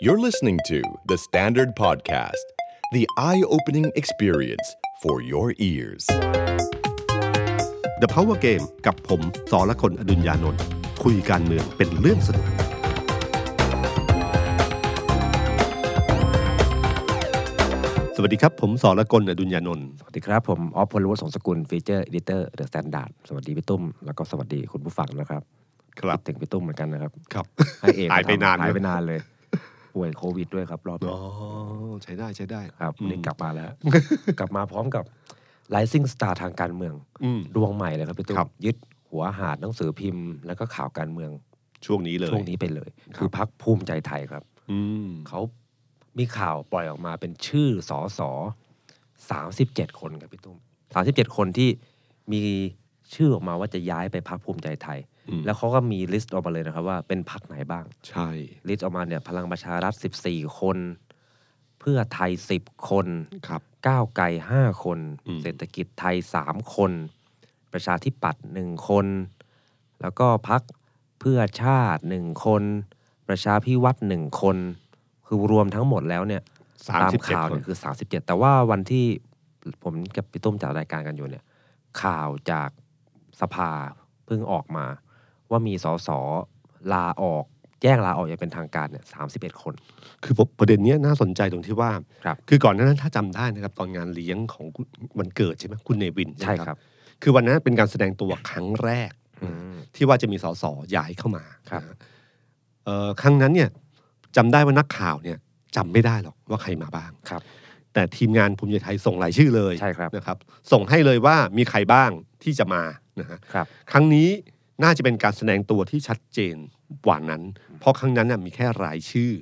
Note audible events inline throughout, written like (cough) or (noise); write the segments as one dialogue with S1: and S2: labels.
S1: You're listening to The Standard Podcast, the eye opening experience for your ears.
S2: The Power Game กับผมสอละคนอดุญญานนท์คุยการเมืองเป็นเรื่องสนุก สวัสดีครับ ผมสอละคนอดุญญานนท์
S3: สวัสดีครับ ผมออฟพลวัตสงสกุลฟีเจอร์อดิเตอร์เดอะสแตนดาร์ดสวัสดีพี่ตุ้ม แล้วก็สวัสดีคุณผู้ฟังนะครับ
S2: ครับ
S3: ถึงพี่ตุ้มเหมือนกันนะครับ
S2: ครับ (laughs)
S3: ให้เอก
S2: หายไปนาน
S3: หายไปนานเลย ป่วยโควิดด้วยครับ รอบนี้
S2: อ๋อ ใช้ได้ใช้ได้
S3: ครับ
S2: อืม
S3: นี่กลับมา
S2: (laughs)
S3: แล้ว กลับมาพร้อมกับ Rising Star ทางการเมือง
S2: อืม
S3: ดวงใหม่เลยครับพี่ตุ้ม
S2: ครับ
S3: ยึดหัวหาดหนังสือพิมพ์ แล้วก็ข่าวการเมือง
S2: ช่วงนี้เลย
S3: ช่วงนี้ไปเลย
S2: ครับ
S3: คือพักภูมิใจไทยครับ
S2: อืม
S3: เขามีข่าวปล่อยออกมาเป็นชื่อสอสอสามสิบเจ็ดคนครับพี่ตุ้มสามสิบเจ็ดคนที่มีชื่อออกมาว่าจะย้ายไปพักภูมิใจไทย
S2: อืม
S3: แล้วเขาก็มีลิสต์ออกมาเลยนะครับว่าเป็นพักไหนบ้าง
S2: ใช่
S3: ลิสต์ออกมาเนี่ยพลังประชารัฐสิบสี่คน เพื่อไทยสิบคน
S2: ครับ
S3: ก้าวไกลห้าคน
S2: อืม
S3: เศรษฐกิจไทยสามคน ประชาธิปัตย์หนึ่งคน แล้วก็พักเพื่อชาติหนึ่งคน ประชาพิวัตรหนึ่งคน คือรวมทั้งหมดแล้วเนี่ย
S2: สาม
S3: ตาม
S2: สิบเจ็ด
S3: ข่าว
S2: คน
S3: เนี่ยคือ 37 แต่ว่าวันที่ผมกับพี่ตุ้มจัดรายการกันอยู่เนี่ย ข่าวจากสภาเพิ่งออกมา ว่ามีสสลาออกแจ้งลาออกอย่างเป็นทางการเนี่ย31 คน
S2: คือผมประเด็นเนี้ยน่าสนใจตรงที่ว่า
S3: ครับ
S2: คือก่อนหนานั้นถ้าจำได้นะครับ ตอนงานเลี้ยงของคุณวันเกิดใช่ไหมคุณเนวิน
S3: ใช่
S2: ไหม
S3: ครับ
S2: คือวันนั้นเป็นการแสดงตัวครั้งแรก
S3: อืม
S2: ที่ว่าจะมีสสย้ายเข้ามา
S3: ครับ
S2: นะฮะเอ่อครั้งนั้นเนี่ยจำได้ว่านักข่าวเนี่ยจำไม่ได้หรอกว่าใครมาบ้าง
S3: ครับ
S2: แต่ทีมงานภูมิใจไทยส่งรายชื่อเลย
S3: ใช่ครับ
S2: นะครับ ส่งให้เลยว่ามีใครบ้างที่จะมานะฮะ
S3: ครับ
S2: ครั้งนี้น่าจะเป็นการแสดงตัวที่ชัดเจนกว่านั้น เพราะครั้งนั้นน่ะมีแค่รายชื่อ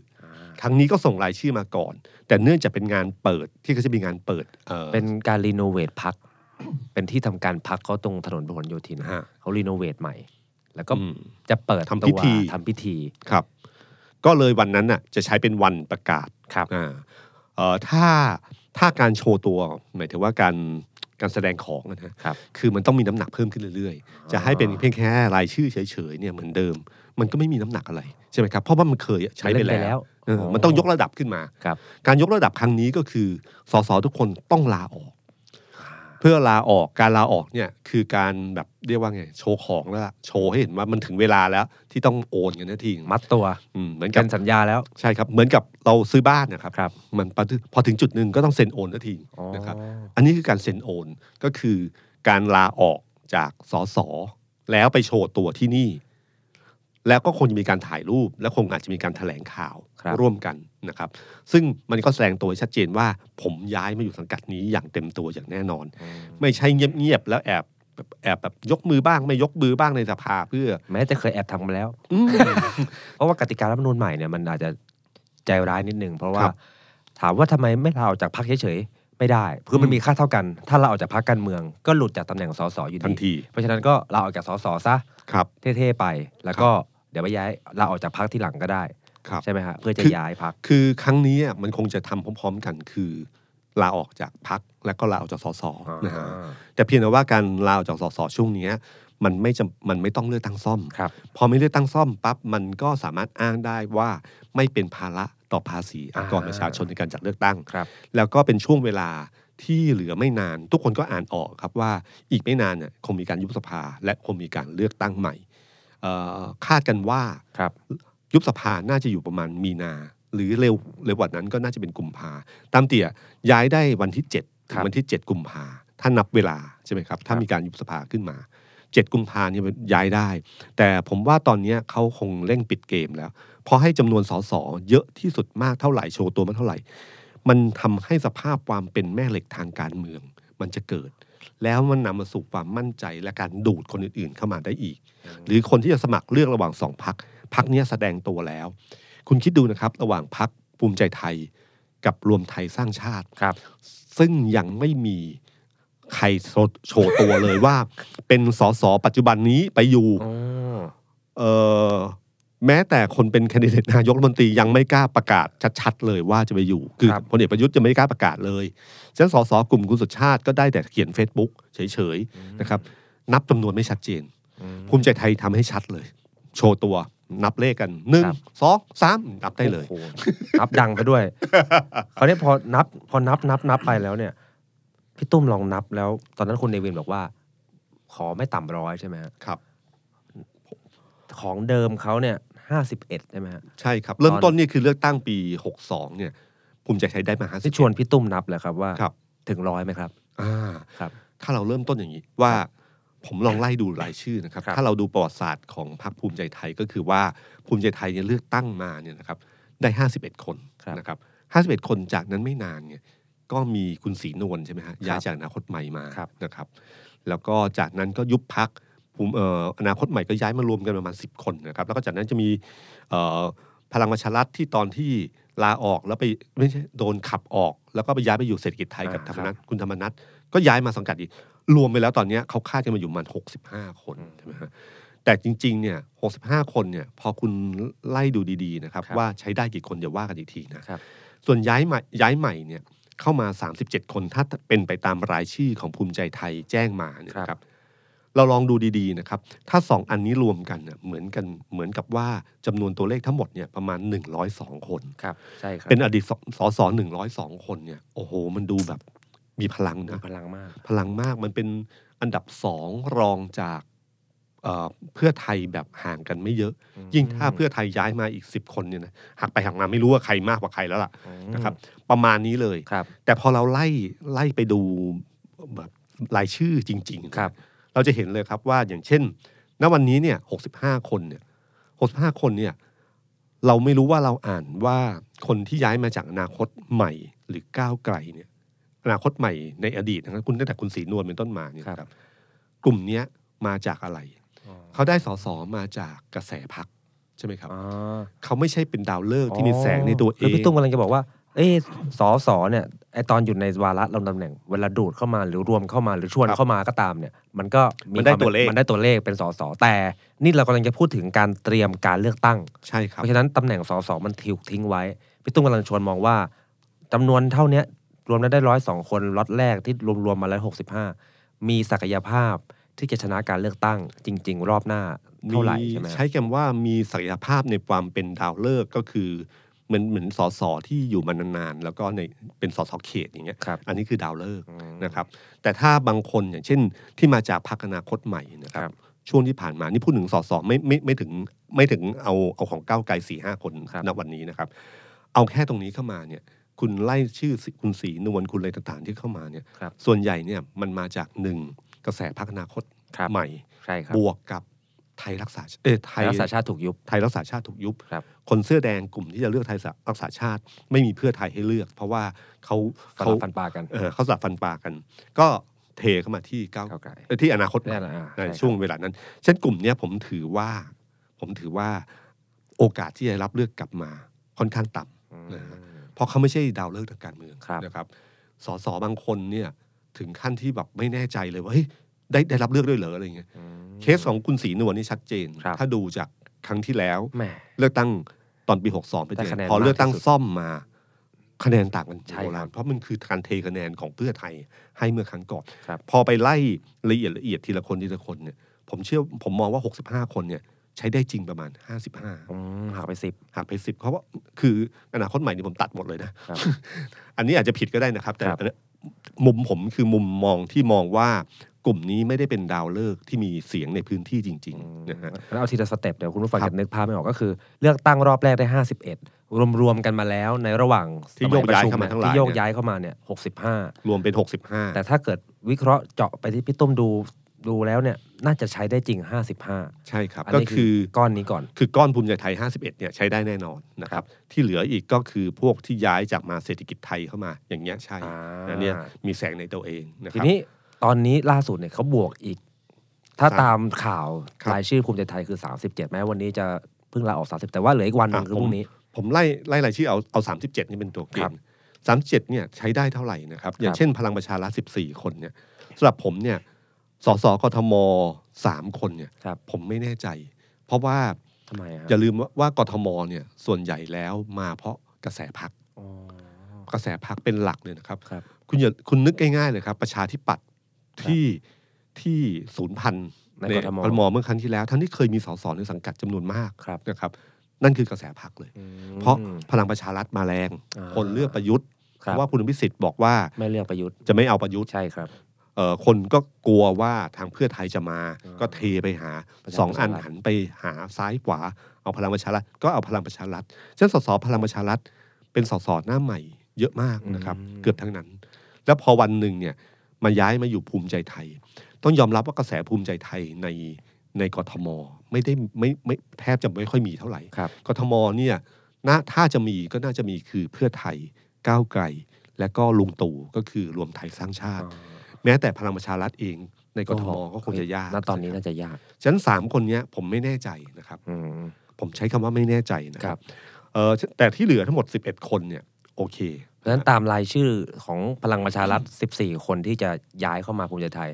S2: ครั้งนี้ก็ส่งรายชื่อมาก่อน แต่เนื่องจากเป็นงานเปิดที่เขาจะมีงานเปิดอ่อ
S3: เป็นการรีโนเวทพัก เป็นที่ทำการพักเขาตรงถนนพหลโยธิน
S2: นะฮะ
S3: เขารีโนเวทใหม่ แล้วก็
S2: อืม
S3: จะเปิด
S2: ทำ
S3: ตัว
S2: พิธี
S3: ทำพิธี
S2: ครับ ก็เลยวันนั้นน่ะจะใช้เป็นวันประกาศ
S3: ครับ
S2: อ่าเอ่อถ้าถ้าการโชว์ตัวหมายถึงว่าการการแสดงของนะฮะ
S3: ครับ
S2: คือมันต้องมีน้ำหนักเพิ่มขึ้นเรื่อยๆ จะให้เป็นเพียงแค่รายชื่อเฉยๆเนี่ยเหมือนเดิม มันก็ไม่มีน้ำหนักอะไรใช่ไหมครับเพราะว่ามันเคยใช้ไป
S3: มันเล่นไปแล้
S2: แล้ว
S3: ว
S2: เออ
S3: อ๋อ
S2: มันต้องยกระดับขึ้นมา
S3: ครับ
S2: การยกระดับครั้งนี้ก็คือสสทุกคนต้องลาออก เพื่อลาออกการลาออกเนี่ยคือการแบบเรียกว่าไงโชว์ของแล้วล่ะโชว์ให้เห็นว่ามันถึงเวลาแล้วที่ต้องโอนกันนาที
S3: มัดตัว
S2: อืมเหมือนกั
S3: กับ นสัญญาแล้ว
S2: ใช่ครับเหมือนกับเราซื้อบ้านนะครับ
S3: ครับ
S2: มันปะทึพอถึงจุดหนึ่งก็ต้องเซ็นโอนทันที
S3: อ๋อ
S2: นะครับ อันนี้คือการเซ็นโอน ก็คือการลาออกจากสสแล้วไปโชว์ตัวที่นี่ แล้วก็คงจะมีการถ่ายรูป และคงอาจจะมีการแถลงข่าว
S3: ครับ
S2: ร่วมกันนะครับ ซึ่งมันก็แสดงตัวให้ชัดเจนว่า ผมย้ายมาอยู่สังกัดนี้อย่างเต็มตัวอย่างแน่นอน
S3: อืม
S2: ไม่ใช่เงียบๆแล้วแอบแบบแอบแบบยกมือบ้างไม่ยกมือบ้างในสภาเพื่อ
S3: แม้จะเคยแอบทำมาแล้ว
S2: อืม
S3: เพราะว่ากติการรัฐธรรมนูญใหม่เนี่ยมันอาจจะใจร้ายนิดนึง เพราะว่า
S2: ครับ
S3: ถามว่าทำไมไม่ลาออกจากพรรคเฉยๆ ไม่ได้คือมัน
S2: อืม
S3: มีค่าเท่ากัน ถ้าลาออกจากพรรคการเมือง ก็หลุดจากตำแหน่งสสอยู่
S2: ทัน
S3: ดี
S2: ที
S3: เพราะฉะนั้นก็ลาออกจากสสซะ
S2: ครับ
S3: เท่ๆไป แล้วก็เดี๋ยวไปย้ายลาออกจากพรรคที่หลังก็ได้
S2: ครับ
S3: ใช่ไหมฮะเพื่อจะ
S2: คือ
S3: ย้ายพรรค
S2: คือครั้งนี้อ่ะมันคงจะทำพร้อม ๆ กันคือลาออกจากพักและก็ลาออกจากสสนะฮะแต่เพียงแต่ว่าการลาออกจากสสช่วงเนี้ยมันไม่จำมันไม่ต้องเลือกตั้งซ่อม
S3: ครับ
S2: พอไม่เลือกตั้งซ่อมปั๊บมันก็สามารถอ้างได้ว่าไม่เป็นภาระต่อภาษีอากรประชาชนในการจัดเลือกตั้ง
S3: ครับ
S2: แล้วก็เป็นช่วงเวลาที่เหลือไม่นาน ทุกคนก็อ่านออกครับว่าอีกไม่นานเนี่ยคงมีการยุบสภาและคงมีการเลือกตั้งใหม่เอ่อคาดกันว่า
S3: ครับ
S2: ยุบสภาน่าจะอยู่ประมาณมีนา หรือเร็วเร็วกว่านั้นก็น่าจะเป็นกุมภาตามเตี่ยย้ายได้วันที่7ถึ
S3: ครั
S2: ง
S3: บ
S2: วันที่ 7 กุมภาถ้านับเวลาใช่ไหมครับ ถ้า
S3: ครับ
S2: มีการยุบสภาขึ้นมา 7 กุมภาเนี่ยย้ายได้ แต่ผมว่าตอนเนี้ยเขาคงเร่งปิดเกมแล้ว เพราะให้จำนวนสสเยอะที่สุดมากเท่าไหร่โชว์ตัวมากเท่าไหร่ มันทำให้สภาพความเป็นแม่เหล็กทางการเมือง มันจะเกิด แล้วมันนำมาสู่ความมั่นใจและการดูดคนอื่นๆเข้ามาได้อีก หรือคนที่จะสมัครเลือกระหว่างสองพักพักนี้ยแสดงตัวแล้ว คุณคิดดูนะครับ ระหว่างพักภูมิใจไทย กับรวมไทยสร้างชาติ
S3: ครับ
S2: ซึ่งยังไม่มีใครโชว์ตัวเลยว่า เป็นสสปัจจุบันนี้ไปอยู่
S3: อ๋อ
S2: เอ่อแม้แต่คนเป็นแคนดิเดตนายกรัฐมนตรียังไม่กล้าประกาศชัดๆเลยว่าจะไปอยู่ คือพลเอกประยุทธ์จะไม่กล้าประกาศเลยฉะนั้นสสกลุ่มคุณสุชาติก็ได้แต่เขียน Facebook เฉยๆนะครับ นับจำนวนไม่ชัดเจน
S3: อืม
S2: ภูมิใจไทยทำให้ชัดเลย โชว์ตัว นับเลขกันหนึ่ง
S3: ครับ
S2: สองสามนับได้เลย
S3: โอ้โหนับดังไป
S2: (laughs)
S3: ด้วย คราวนี้พอนับพอนับนับนับไปแล้วเนี่ย พี่ตุ้มลองนับแล้ว ตอนนั้นคุณเนวินบอกว่า ขอไม่ต่ำร้อยใช่ไหมฮะ
S2: ครับ
S3: ของเดิมเขาเนี่ยห้าสิบเอ็ดใช่ไหมฮะ
S2: ใช่ครับ เริ่ม
S3: ตอน
S2: ต้นเนี่ยคือเลือกตั้งปี 62 เนี่ยภูมิใจไทยได้มาหาสิ
S3: ที่ชวนพี่ตุ้มนับเลยครับว่า
S2: ครับ
S3: ถึงร้อยไหมครับ
S2: อ่า
S3: ครับ
S2: ถ้าเราเริ่มต้นอย่างนี้ว่าผมลองไล่ดูรายชื่อนะครับ
S3: ครับ
S2: ถ้าเราดูประวัติศาสตร์ของพรรคภูมิใจไทยก็คือว่าภูมิใจไทยเนี่ยเลือกตั้งมาเนี่ยนะครับได้ 51 คน
S3: ครับ
S2: นะครับ 51 คนจากนั้นไม่นานเนี่ยก็มีคุณศรีนวลใช่ไหมฮะย้ายจากอนาคตใหม่มา
S3: ครับ
S2: นะครับ แล้วก็จากนั้นก็ยุบพักภูมิเอ่ออนาคตใหม่ก็ย้ายมารวมกันประมาณ 10 คนนะครับ แล้วก็จากนั้นจะมีเอ่อพลังประชารัฐที่ตอนที่ลาออกแล้วไปไม่ใช่โดนขับออก แล้วก็ไปย้ายไปอยู่เศรษฐกิจไทยกับธ
S3: อ่าร ค
S2: ร
S3: รั
S2: ม
S3: บ
S2: นัฐคุณธรรมนัฐ ก็ย้ายมาสังกัดอีก รวมไปแล้วตอนเนี้ยเขาคาดกันมาอยู่ประมัน 65 คน
S3: อืม
S2: ใช่ไหมฮะแต่จริงๆเนี่ย65 คนเนี่ยพอคุณไล่ดูดีๆนะครับ
S3: ครับ
S2: ว่าใช้ได้กี่คนเดี๋ยวว่ากันอีกทีนะครับ ส่วนย้ายใหม่ย้ายใหม่เนี่ยเข้ามา 37 คนถ้าเป็นไปตามรายชื่อของภูมิใจไทยแจ้งมาเนี่ยนะ
S3: ค
S2: ค
S3: รั
S2: รับ บเราลองดูดีๆนะครับถ้า 2 อันนี้รวมกันน่ะเหมือนกันเหมือนกับว่าจำนวนตัวเลขทั้งหมดเนี่ยประมาณ 102 คน
S3: ครับใช่ครับ
S2: เป็นอดีตสสสหนึ่งร้อยสองคนเนี่ยโอ้โหมันดูแบบมีพลัง
S3: มี
S2: นะ
S3: พลังมาก
S2: พลังมากมันเป็นอันดับสองรองจากเอ่อเพื่อไทยแบบห่างกันไม่เยอะ ยิ่งถ้าเพื่อไทยย้ายมาอีก 10 คนเนี่ยนะหักไปหักมาไม่รู้ว่าใครมากกว่าใครแล้วล่ะ
S3: อืม
S2: นะครับ ประมาณนี้เลย
S3: ครับ
S2: แต่พอเราไล่ไล่ไปดูแบบรายชื่อจริงๆนะครับ เราจะเห็นเลยครับว่าอย่างเช่น ณวันนี้เนี่ย65 คนเนี่ย65 คนเนี่ยเราไม่รู้ว่าเราอ่านว่าคนที่ย้ายมาจากอนาคตใหม่หรือก้าวไกลเนี่ยอนาคตใหม่ในอดีตนะครับคุณตั้งแต่คุณศรีนวลเป็นต้นมาเนี่ยนะครับ กลุ่มเนี้ยมาจากอะไร
S3: อ๋อ
S2: เขาได้สสมาจากกระแสพักใช่ไหมครับ
S3: อ๋อ
S2: เขาไม่ใช่เป็นดาวฤกษ์ที่มีแสงในตัวเอ
S3: คื
S2: ง
S3: พี่ตุ้มกำลังจะบอกว่าเอ้สอสอเนี่ยไอตอนอยู่ในวาระลงตำแหน่ง เวลาดูดเข้ามาหรือรวมเข้ามาหรือชวน
S2: ครับ
S3: เข้ามาก็ตามเนี่ย มันก็
S2: มันได้
S3: คาเป็
S2: ตัวเลข
S3: มันได้ตัวเลขเป็นสอสอแต่นี่เรากำลังจะพูดถึงการเตรียมการเลือกตั้ง
S2: ใช่ครับ
S3: เพราะฉะนั้นตำแหน่งสสมันถูกทิ้งไว้ พี่ตุ้มกำลังชวนมองว่าจำนวนเท่าเนี้ยรวมแล้วได้ร้อยสองคนล็อตแรกที่รวมๆมาแล้วหกสิบห้ามีศักยภาพที่จะชนะการเลือกตั้งจริง ๆ รอบหน้าเท่าไหร่ใช่ไหม
S2: ใช้คำว่ามีศักยภาพในความเป็นดาวฤกษ์ก็คือเหมือนเหมือนสสที่อยู่มานานๆแล้วก็ในเป็นสสเขตอย่างเงี้ย
S3: ครับ
S2: อันนี้คือดาวฤกษ์
S3: อืม
S2: นะครับ แต่ถ้าบางคนอย่างเช่นที่มาจากพรรคอนาคตใหม่นะครั
S3: ครับ บ
S2: ช่วงที่ผ่านมานี่พูดถึงสสไม่ไม่ไม่ถึงไม่ถึงเอาเอาของก้าวไกลสี่ห้าคน
S3: ครับ
S2: ณวันนี้นะครับ เอาแค่ตรงนี้เข้ามาเนี่ยคุณไล่ชื่อสิคุณสีนวลคุณอะไรต่างๆที่เข้ามาเนี่ย
S3: ครับ
S2: ส่วนใหญ่เนี่ยมันมาจากหนึ่งกระแสพรรคอนาคต
S3: ครับ
S2: ใหม่
S3: ใช่ครับ
S2: บวกกับไทยรักษาเอยไทย
S3: รักษาชาติถูกยุบ
S2: ไทยรักษาชาติถูกยุบ
S3: ครับ
S2: คนเสื้อแดงกลุ่มที่จะเลือกไทยรักษาชาติ ไม่มีเพื่อไทยให้เลือก เพราะว่าเขา
S3: ฟัน
S2: เขา
S3: ฟันปลากัน
S2: เออเขาสลับฟันปลากัน ก็เทเข้ามาที่ก้าว
S3: ก้าวไกล
S2: เอ่อที่อนาคตใหม่
S3: แน่นอนอ่า
S2: ใน
S3: ใครับ
S2: ช่วงเวลานั้นเช่นกลุ่มเนี้ยผมถือว่า ผมถือว่าโอกาสที่จะรับเลือกกลับมาค่อนข้างต่ำ
S3: อืม
S2: นะฮะ เพราะเขาไม่ใช่ดาวเลิกษ์ทางการเมือง
S3: ครับ
S2: นะครับสสบางคนเนี่ยถึงขั้นที่แบบไม่แน่ใจเลยว่าเฮ้ยได้ได้รับเลือกด้วยเหรออะไรอย่างเงี้ย
S3: อืม
S2: เคสของคุณศรีนวลนี่ชัดเจน
S3: ครับ
S2: ถ้าดูจากครั้งที่แล้ว
S3: แหม
S2: เลือกตั้งตอนปี 62ไปน
S3: ได้
S2: เจ
S3: คะแนน
S2: อพอเลือกตั้ง
S3: มากที่สุด
S2: ซ่อมมา คะแนนต่างกัน
S3: ใช่
S2: โบรา
S3: ครั
S2: ณ
S3: บ
S2: เพราะมันคือการเทคะแนนของเพื่อไทยให้เมื่อครั้งก่อน
S3: ครับ
S2: พอไปไล่ละเอียดละเอียดทีละคนทีละคนเนี่ยผมเชื่อผมมองว่า 65 คนเนี่ยใช้ได้จริงประมาณ
S3: อืมหักไปสิบ
S2: 55หักไป10เพราะว่าคืออนาคตใหม่นี่ผมตัดหมดเลยนะ
S3: ครับ
S2: (laughs) อันนี้อาจจะผิดก็ได้นะครับ แต่
S3: ครับ
S2: อันเนี้ยมุมผมคือมุมมองที่มองว่ากลุ่มนี้ไม่ได้เป็นดาวเลิกษ์ที่มีเสียงในพื้นที่จริงๆนะฮะ
S3: แล้วเอาทีละสเต็ปเดี๋ยวคุณผู้ฟัง
S2: ครับ
S3: จะนึกภาพไม่ออกก็คือ เลือกตั้งรอบแรกได้ห้าสิบเอ็ดรวมๆกันมาแล้วในระหว่าง
S2: ที่โยกย้าย
S3: ส
S2: เข้ามาทั้งหลาย
S3: ที่โยก
S2: เนี่ย
S3: ย้ายเข้ามาเนี่ยหกสิบห้าร
S2: วมเป็น 65
S3: แต่ถ้าเกิดวิเคราะห์เจาะไปที่พี่ต้มดูดูแล้วเนี่ยน่าจะใช้ได้จริงห้าสิบห้า
S2: ใช่ครับ
S3: อัน
S2: ก็
S3: นี้
S2: คือ
S3: ก้อนนี้ก่อน
S2: คือก้อนภูมิใจไทย 51 เนี่ยใช้ได้แน่นอนนะครับ ที่เหลืออีกก็คือพวกที่ย้ายจากมาเศรษฐกิจไทยเข้ามาอย่างเงี้ยใช่
S3: อ่า
S2: อันเนี้ยมีแสงในตัวเองนะค
S3: ที
S2: รับ
S3: นี้ตอนนี้ล่าสุดเนี่ยเขาบวกอีก ถ้า
S2: ครับ
S3: ตามข่าว
S2: ครับ
S3: รายชื่อภูมิใจไทยคือ 37 แม้วันนี้จะเพิ่งลาออก 30 แต่ว่าเหลืออีกวันหนึงคือพรุ่งนี้
S2: ผมไล่ไล่รายชื่อเอาเอา 37 นี่เป็นตัวเก
S3: ครั
S2: ณ
S3: บ
S2: ฑ์37 เนี่ยใช้ได้เท่าไหร่นะครับ อย่าง
S3: ครับ
S2: เช่นพลังประชารัฐ14 คนเนี่ยสำหรับผมเนี่ยสสกทมสามคนเนี่ย
S3: ครับ
S2: ผมไม่แน่ใจ เพราะว่า
S3: ทำไมฮะ
S2: อย่าลืมว่าว่ากทมเนี่ยส่วนใหญ่แล้วมาเพราะกระแสพัก
S3: อ๋อก
S2: ระแสพักเป็นหลักเลยนะครับ
S3: ครับ
S2: คุณอย่าคุณนึกง่ายๆเลยครับ ประชาธิปัตย์ที่ที่ศูนย์พัน
S3: ในกทม
S2: กทมเมื่อครั้งที่แล้วทั้งที่เคยมีสสในสังกัดจำนวนมาก
S3: ครับ
S2: นะครับนั่นคือกระแสพักเลย
S3: อืม
S2: เพราะพลังประชารัฐมาแรง
S3: อ่า
S2: คนเลือกประยุทธ์
S3: ค
S2: เพ
S3: รับ
S2: ราะว่าคุณอภิสิทธิ์บอกว่า
S3: ไม่เลือกประยุทธ์
S2: จะไม่เอาประยุทธ์
S3: ใช่ครับ
S2: เอ่อคนก็กลัวว่าทางเพื่อไทยจะมา
S3: อ่า
S2: ก็เทไปหา
S3: ประชา
S2: สองอัน
S3: ประชารัฐ
S2: หันไปหาซ้ายขวาเอาพลังประชารัฐก็เอาพลังประชารัฐฉะนั้นสสพลังประชารัฐเป็นสสหน้าใหม่ เยอะมากนะครับ
S3: อืม
S2: เกือบทั้งนั้น แล้วพอวันหนึ่งเนี่ยมาย้ายมาอยู่ภูมิใจไทย ต้องยอมรับว่ากระแสภูมิใจไทยในในกทมไม่ได้ไม่ไม่แทบจะไม่ค่อยมีเท่าไหร่
S3: ครับ
S2: กทมเนี่ยนาถ้าจะมีก็น่าจะมีคือเพื่อไทยก้าวไกล และก็ลุงตู่ก็คือรวมไทยสร้างชาติ แม้แต่พลังประชารัฐเองในกทมก็คงจะยาก
S3: ณตอนนี้น่าจะยาก
S2: ฉะนั้นสามคนเนี้ยผมไม่แน่ใจนะครับ
S3: อืม
S2: ผมใช้คำว่าไม่แน่ใจนะค
S3: ครั
S2: รับ บเออแต่ที่เหลือทั้งหมด 11 คนเนี่ยโอเค
S3: เพราะฉะนั้นตามรายชื่อของพลังประชารัฐ 14 คนที่จะย้ายเข้ามาภูมิใจไทย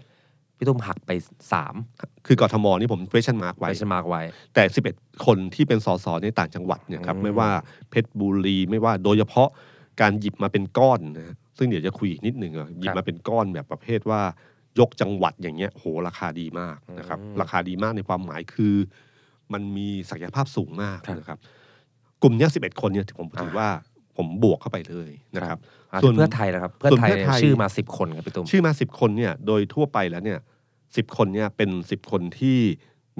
S3: พี่ตุ้มหักไปสาม
S2: คือกทมนี่ผม question mark
S3: ไป
S2: ไว้
S3: สมาร์กไว้
S2: แต่ 11 คนที่เป็นสสในต่างจังหวัดเนี่ยครับ
S3: อืม
S2: ไม่ว่าเพชรบุรีไม่ว่าโดยเฉพาะการหยิบมาเป็นก้อนนะซึ่งเดี๋ยวจะคุยอีกนิดหนึ่งอะหยิบมาเป็นก้อนแบบประเภทว่ายกจังหวัดอย่างเงี้ยโหราคาดีมากนะครับราคาดีมากในความหมายคือ มันมีศักยภาพสูงมากนะครับกลุ่มเนี้ย11 คนเนี่ยผมถือว่าผมบวกเข้าไปเลยนะครับ
S3: อ่ะ
S2: ส่วน
S3: เพื่อไทยนะครับ เพื่อ
S2: ส่วน
S3: ไทย
S2: เพื่อไทย
S3: ชื่อมาสิบคนครับพี่ตุ้ม
S2: ชื่อมา 10 คนเนี่ยโดยทั่วไปแล้วเนี่ยสิคนเนี่ยเป็น 10 คนที่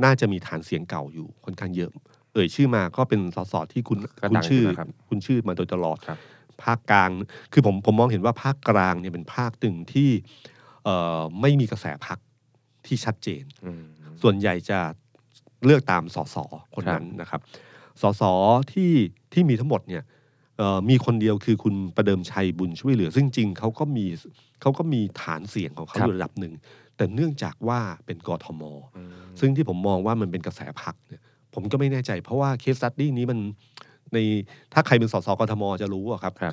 S2: น่าจะมีฐานเสียงเก่าอยู่ค่อนข้างเยอะ เอ่ยชื่อมาก็เป็นสสที่คุณ
S3: ก็
S2: คุณ
S3: ดัง
S2: ชื่อ
S3: ยู่นะครับ
S2: คุณชื่อมาโดยตลอด
S3: ครับ
S2: ภาคกลาง คือผมผมมองเห็นว่าภาคกลางเนี่ยเป็นภาคตึงที่เอ่อไม่มีกระแสพักที่ชัดเจน
S3: อืม
S2: ส่วนใหญ่จะเลือกตามสสคนนั้นนะครับสสที่ที่มีทั้งหมดเนี่ยเอ่อมีคนเดียวคือคุณประเดิมชัยบุญช่วยเหลือ ซึ่งจริงเขาก็มีเขาก็มีฐานเสียงของเขา
S3: ครับ
S2: อยู่ระดับหนึ่ง แต่เนื่องจากว่าเป็นกทม ซึ่งที่ผมมองว่ามันเป็นกระแสพักเนี่ยผมก็ไม่แน่ใจ เพราะว่าเคสตัดดี้นี้มันในถ้าใครเป็นสสกทมจะรู้อะครับ
S3: ครั
S2: อ
S3: บ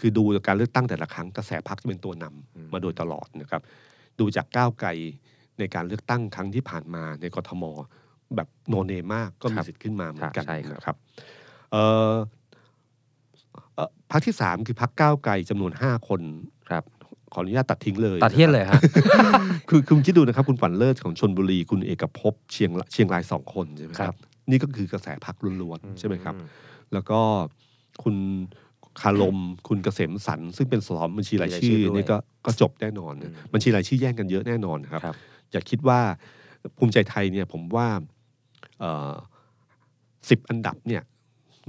S2: คือดูจากการเลือกตั้งแต่ละครั้งกระแสพักจะเป็นตัวนำ
S3: อืม
S2: มาโดยตลอดนะครับ ดูจากก้าวไกลในการเลือกตั้งครั้งที่ผ่านมาในกทม แบบโนเนมากก็มี
S3: ครับ
S2: สิทธิ์ขึ้นมาเหมือนกัน
S3: ใช่ครับ
S2: นะครับเอ่อเอ่อพักที่สามคือพักก้าวไกลจำนวนห้าคน
S3: ครับ
S2: ขออนุญาตตัดทิ้งเลย
S3: ตัดเทียนเลยฮะ
S2: คือคือคุณคิดดูนะครับ คุณฝันเลิศของชนบุรี คุณเอกภพเชียงละเชียงรายสองคนใช่ไหม
S3: ค
S2: ค
S3: รั
S2: รับ บ นี่ก็คือกระแสพักล้วนๆใช่ไหมครับ แล้วก็คุณคารม คุณเกษมสันต์ซึ่งเป็นสอมบัญชีรายชื่อ
S3: บัญชีรายชื่อด้วย
S2: นี่ก็ก็จบแน่นอนนะ
S3: อืม
S2: บัญชีรายชื่อแย่งกันเยอะแน่นอนครับ
S3: ครับ
S2: อย่าคิดว่าภูมิใจไทยเนี่ยผมว่าสิบอันดับเนี่ย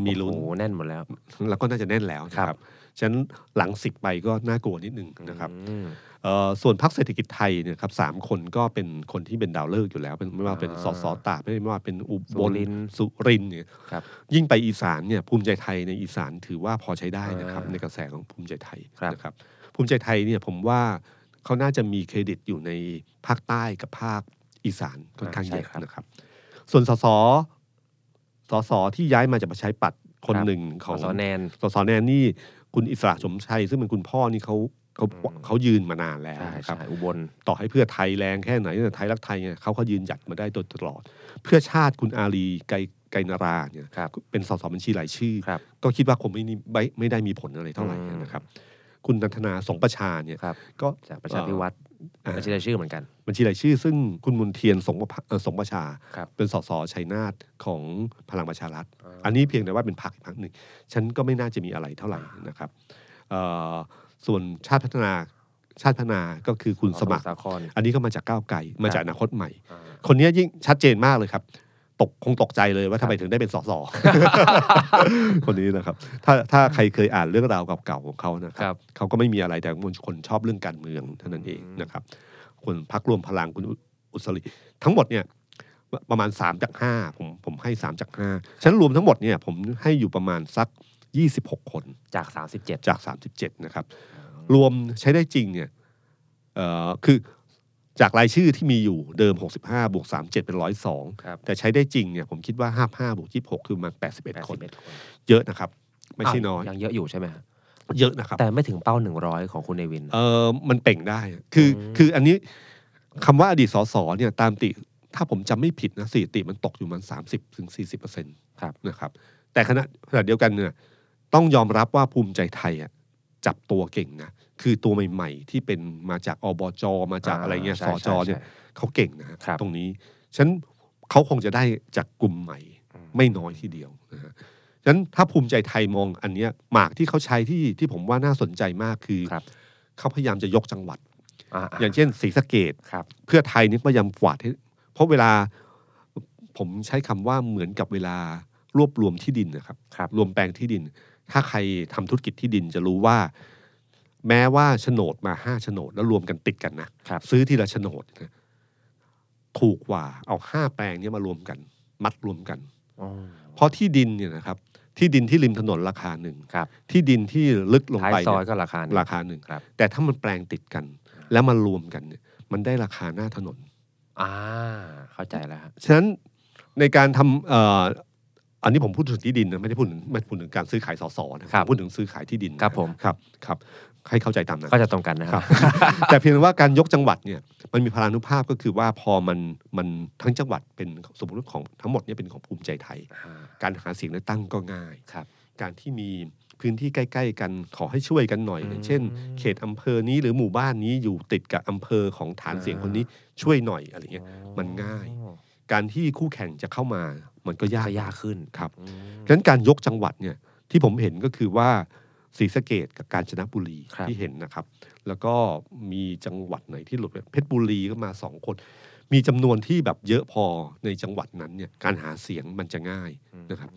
S2: มีลุ้น
S3: โอ้โหแน่นหมดแล้ว
S2: แล้วก็น่าจะแน่นแล้วนะค
S3: ครั
S2: รับ บฉะนั้นหลังสิบไปก็น่ากลัวนิดหนึ่งนะครับ
S3: อืม
S2: เอ่อส่วนพรรคเศรษฐกิจไทยเนี่ยครับสามคนก็เป็นคนที่เป็นดาวฤกษ์อยู่แล้วเป็นไม่ว่าเป็น
S3: อ่า
S2: สสตราดไม่ว่าเป็นอุ
S3: สุ
S2: บล
S3: รินทร์
S2: สุรินทร์เนี่ย
S3: ครับ
S2: ยิ่งไปอีสานเนี่ยภูมิใจไทยในอีสานถือว่าพอใช้ได้นะครับ
S3: อ่า
S2: ในกระแสของภูมิใจไทย
S3: ครับ
S2: นะครับภูมิใจไทยเนี่ยผมว่าเขาน่าจะมีเครดิตอยู่ในภาคใต้กับภาคอีสานค่อนข้างเยอะนะครับ ส่วนสสสสที่ย้ายมาจากประชาธิปัตย์คนหนึ่ง
S3: ข
S2: ข
S3: อ
S2: อง
S3: สอแนน
S2: สสแนนนี่คุณอิสระสมชัย ซึ่งเป็นคุณพ่อนี่เขาเขา
S3: อืม
S2: เขายืนมานานแล้ว
S3: ใช่
S2: นะครับ
S3: ใช่อุบล
S2: ต่อให้เพื่อไทยแรงแค่ไหนแต่ไทยรักไทยเนี่ยเขาก็ยืนหยัดมาได้โดยตลอด เพื่อชาติคุณอารีไกรไกรนราเนี่ย
S3: ครับ
S2: เป็นสสบัญชีรายชื่อ
S3: ครับ
S2: ก็คิดว่าคงไม่นี่ไม่ไม่ได้มีผลอะไรเท่าไหร่
S3: อืม
S2: นะครับ คุณนันทนาสงประชาเนี่ย
S3: ครับ
S2: ก็
S3: จากประชาธิวัตร
S2: อ่า
S3: บัญชีรายชื่อเหมือนกัน
S2: บัญชีรายชื่อ ซึ่งคุณมุนเทียนสงประพะเอ่อสงประชา
S3: ครับ
S2: เป็นสสชัยนาทของพลังประชารัฐ อันนี้เพียงแต่ว่าเป็นพรรคอีกพรรคหนึ่ง ฉันก็ไม่น่าจะมีอะไรเท่าไหร่นะครับเอ่อส่วนชาติพัฒนาชาติพัฒนาก็คือคุณ
S3: ของ
S2: สมัคร
S3: สาคร
S2: อันนี้ก็มาจากก้าวไกลมาจากอนาคตใหม่
S3: อ่า
S2: คนเนี้ยยิ่งชัดเจนมากเลยครับ ตกคงตกใจเลยว่าทำไมถึงได้เป็น (laughs) สส คนนี้นะครับ ถ้าถ้าใครเคยอ่านเรื่องราวเก่าๆของเขานะค
S3: ครั
S2: รับบ เขาก็ไม่มีอะไรแต่คนคนชอบเรื่องการเมืองเท่านั้นเอง
S3: อืม
S2: นะครับ คนพักรวมพลังคุณอุอุสลิทั้งหมดเนี่ยประมาณ 3 จาก 5 ผมผมให้ 3 จาก5ฉะนันรวมทั้งหมดเนี่ยผมให้อยู่ประมาณสัก 26 คน
S3: จากสามสิบเจ็ด
S2: จาก 37 นะครับ รวมใช้ได้จริงเนี่ยเอ่อคือจากรายชื่อที่มีอยู่เดิม 65บวก37 เป็น
S3: ครับ
S2: 102 แต่ใช้ได้จริงเนี่ยผมคิดว่า 55บวก26 คือประมัน 81 คน
S3: เอ็ดคน
S2: เยอะนะครับ ไม่ใช่น้อย
S3: าวยังเยอะอยู่ใช่ไหมฮะ
S2: เยอะนะครับ
S3: แต่ไม่ถึงเป้าหนึ่งร้อยของคุณเนวิน
S2: เออมันเป่งได้อะคืออ
S3: ม
S2: คืออันนี้คำว่าอดีตสสเนี่ยตามติ ถ้าผมจำไม่ผิดนะสถิติมันตกอยู่มันสามสิบถึงสี่สิบเปอร์เซ็นต์
S3: ครับ
S2: นะครับ แต่ขณะขณะเดียวกันเนี่ยต้องยอมรับว่าภูมิใจไทยอ่ะ จับตัวเก่งนะคือตัวใหม่ ๆ ที่เป็นมาจากอบจมาจากอะไรเงี้ยส
S3: า
S2: จ
S3: ใช่
S2: เนี่ย
S3: ใช่
S2: เขาเก่งนะฮะ
S3: ครับ
S2: ตรงนี้ฉะนันเขาคงจะได้จากกลุ่มใหม่
S3: อืม
S2: ไม่น้อยทีเดียวนะฮะฉะนั้นถ้าภูมิใจไทยมองอันเนี้ยหมากที่เขาใช้ที่ที่ผมว่าน่าสนใจมากคือ
S3: ครับ
S2: เขาพยายามจะยกจังหวัด
S3: อ่า
S2: อย่างเช่นศรีสะเกด
S3: ครับ
S2: เพื่อไทยนี่พยายามกวาดให้เพราะเวลาผมใช้คำว่าเหมือนกับเวลารวบรวมที่ดินนะครับ
S3: ครับ
S2: รวมแปลงที่ดิน ถ้าใครทำธุรกิจที่ดินจะรู้ว่า แม้ว่าโฉนดมาห้าโฉนดแล้วรวมกันติดกันนะ
S3: ครับ
S2: ซื้อทีละโฉนดนะถูกกว่าเอาห้าแปลงเนี้มารวมกัน มัดรวมกัน
S3: อ๋อ
S2: เพราะที่ดินเนี่ยนะครับ ที่ดินที่ริมถนนราคาหนึ่ง
S3: ครับ
S2: ที่ดินที่ลึกลง
S3: ท้าย
S2: ไป
S3: ซ
S2: เนี่
S3: อย
S2: ย
S3: ก็ราคาหนึ่ง
S2: ราคาหนึ่ง
S3: ครับ
S2: แต่ถ้ามันแปลงติดกัน แล้วมารวมกันเนี่ย มันได้ราคาหน้าถนน
S3: อ่า เข้าใจแล้วฮะ
S2: ฉะนั้นในการทำเอ่ออันนี้ผมพูดถึงที่ดินนะไม่ได้พูดถึงไม่ได้พูดถึงการซื้อขายสสนะผมพูดถึงซื้อขายที่ดินนะครับ
S3: ผม
S2: ครับครับให้เข้าใจตามนั้น
S3: ก็จะตรงกันนะค
S2: ค
S3: รั
S2: รับ (laughs) บ แต่เพียงแต่ว่าการยกจังหวัดเนี่ยมันมีพลานุภาพก็คือว่าพอมันมันทั้งจังหวัดเป็นสมมติของทั้งหมดเนี่ยเป็นของภูมิใจไทย การหาเสียงเลือกตั้งก็ง่าย
S3: ครับ
S2: การที่มีพื้นที่ใกล้ ๆ กันขอให้ช่วยกันหน่อย
S3: อืม
S2: อย่างเช่น เขตอำเภอนี้หรือหมู่บ้านนี้อยู่ติดกับอำเภอของฐานเสียง
S3: อ่า
S2: คนนี้ช่วยหน่อยอะไรเงี้ย มันง่าย
S3: อ๋อ
S2: การที่คู่แข่งจะเข้ามามันก็ยาก
S3: ก็ยากขึ้น
S2: ครับ
S3: อืม
S2: ฉะนั้นการยกจังหวัดเนี่ยที่ผมเห็นก็คือว่าศรีสะเกดกับกาญจนบุรี
S3: ครับ
S2: ที่เห็นนะครับ แล้วก็มีจังหวัดไหนที่หลุดไปเพชรบุรีก็มาสองคน มีจำนวนที่แบบเยอะพอในจังหวัดนั้นเนี่ยการหาเสียงมันจะง่าย นะครับ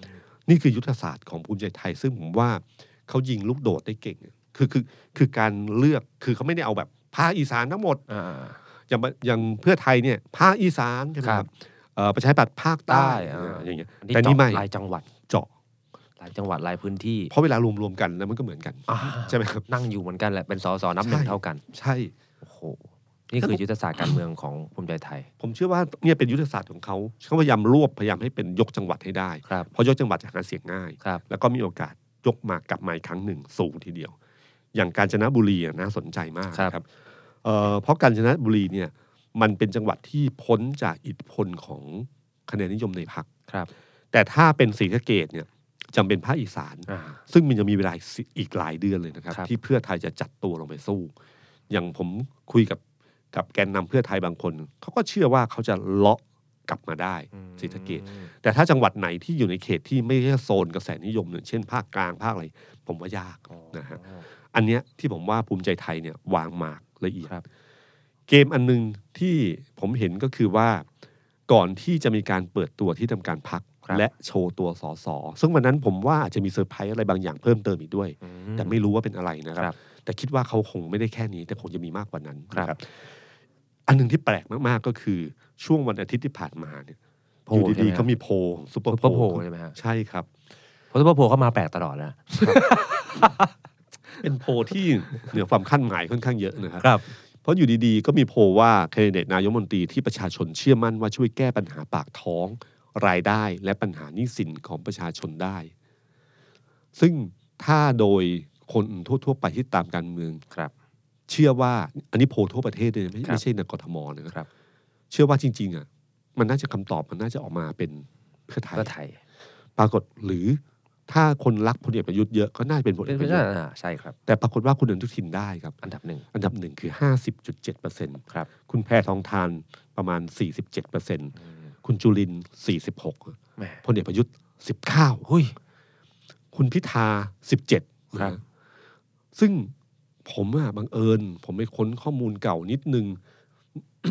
S2: นี่คือยุทธศาสตร์ของภูมิใจไทย ซึ่งผมว่าเขายิงลูกโดดได้เก่งอะคือคือคือการเลือกคือเขาไม่ได้เอาแบบภาคอีสานทั้งหมด
S3: อ่า
S2: อย่างบอย่างเพื่อไทยเนี่ยภาคอีสานใช่ไหมค
S3: ครั
S2: รับบ เอ่อประชาธิปัตย์ภาคใต้
S3: ใต้
S2: อ
S3: อ่า
S2: ย่างเงี้ย
S3: อั
S2: แต่นี่ไม่
S3: เจาะรายจังหวัด
S2: เจาะ
S3: รายจังหวัดรายพื้นที่
S2: เพราะเวลารวมๆกันแล้วมันก็เหมือนกัน
S3: อ่า
S2: ใช่ไหมครับ
S3: นั่งอยู่เหมือนกันแหละเป็นสสนับหนึ่
S2: ใช่
S3: งเท่ากัน
S2: ใช่
S3: โอ้โหนี่คือยุทธศาสตร์การเมืองของภูมิใจไทย
S2: ผมเชื่อว่าเนี่ยเป็นยุทธศาสตร์ของเขาเขาพยายามรวบพยายามให้เป็นยกจังหวัดให้ได้
S3: ครับ
S2: เพราะยกจังหวัดจะหาเสียงง่าย
S3: ครับ
S2: แล้วก็มีโอกาสยกมากลับมาอีกครั้งหนึ่งสูงทีเดียว อย่างการจนบุรีอะน่าสนใจมาก
S3: ครับ
S2: นะครับเอ่อเพราะการจนบุรีเนี่ยมันเป็นจังหวัดที่พ้นจากอิทธิพลของคะแนนนิยมในพรรค
S3: ครับ
S2: แต่ถ้าเป็นศรีสะเกดเนี่ยจำเป็นภาคอีสาน
S3: อ่า
S2: ซึ่งมันจะมีเวลาอีกสิอีกหลายเดือนเลยนะครับ
S3: ครับ
S2: ที่เพื่อไทยจะจัดตัวลงไปสู้ อย่างผมคุยกับกับแกนนำเพื่อไทยบางคนเขาก็เชื่อว่าเขาจะเลาะกลับมาได้ ศรีสะเกษ แต่ถ้าจังหวัดไหนที่อยู่ในเขตที่ไม่ใช่โซนกระแสนิยมเนี่ยเช่นภาคกลางภาคอะไร ผมว่ายาก
S3: อ๋อ
S2: นะฮะ อันเนี้ยที่ผมว่าภูมิใจไทยเนี่ยวางหมากละเอียด
S3: ครับ
S2: เกมอันหนึงที่ผมเห็นก็คือว่าก่อนที่จะมีการเปิดตัวที่ทำการพัก
S3: ครับ
S2: และโชว์ตัวสสซึ่งวันนั้นผมว่าอาจจะมีเซอร์ไพรส์อะไรบางอย่างเพิ่มเติมอีกด้วย
S3: อื
S2: แต่ไม่รู้ว่าเป็นอะไรนะครับ
S3: ครับ
S2: แต่คิดว่าเขาคงไม่ได้แค่นี้ แต่คงจะมีมากกว่านั้น
S3: ครับ
S2: นะอันหนึ่งที่แปลกมากๆก็คือช่วงวันอาทิตย์ที่ผ่านมาเนี่ย
S3: โพ
S2: อยู่ดี
S3: ใช่
S2: ๆ
S3: ไหฮะ
S2: เขามีโพลของซุปเปอร์
S3: ซุปเปอร์
S2: โพ
S3: โพ
S2: ล
S3: ลใช่ไหมฮะ
S2: ใช่ครับ
S3: เพราะซุปเปอร์โพลก็มาแปลกตลอดนะ
S2: เป็นโพลที่เหนือความคาดหมายค่อนข้างเยอะนะครับ
S3: ครับ
S2: เพราะอยู่ดีๆ ก็มีโพลว่าแคนดิเดตนายกรัฐมนตรีที่ประชาชนเชื่อมั่นว่าช่วยแก้ปัญหาปากท้อง รายได้และปัญหาหนี้สินของประชาชนได้ ซึ่งถ้าโดยคนทั่วๆ ไปที่ตามการเมือง
S3: ครับ
S2: เชื่อว่าอันนี้โพลทั่วประเทศเลยนะไม่
S3: ครับ
S2: ไม่ใช่ในกทมเลยนะครับ เชื่อว่าจริง ๆอ่ะมันน่าจะคำตอบมันน่าจะออกมาเป็นเพื่อไทย
S3: เพื่อไทย
S2: ปรากฏหรือถ้าคนรักพลเอกประยุทธ์เยอะก็น่าจะเป็นพลเอก
S3: เป็น
S2: ประยุทธ์
S3: อ่าใช่ครับ
S2: แต่ปรากฏว่าคุณอนุทินได้ครับ
S3: อันดับหนึ่ง
S2: อันดับหนึ่งคือ 50.7เปอร์เซ็นต์
S3: ครับ
S2: คุณแพทองทานประมาณ 47เปอร์เซ็นต์คุณจุลินทร์46
S3: แหม
S2: พลเอกประยุทธ์19หุ้ยคุณพิธา 17
S3: ครับ
S2: นะซึ่งผมอะบังเอิญ ผมไปค้นข้อมูลเก่านิดนึง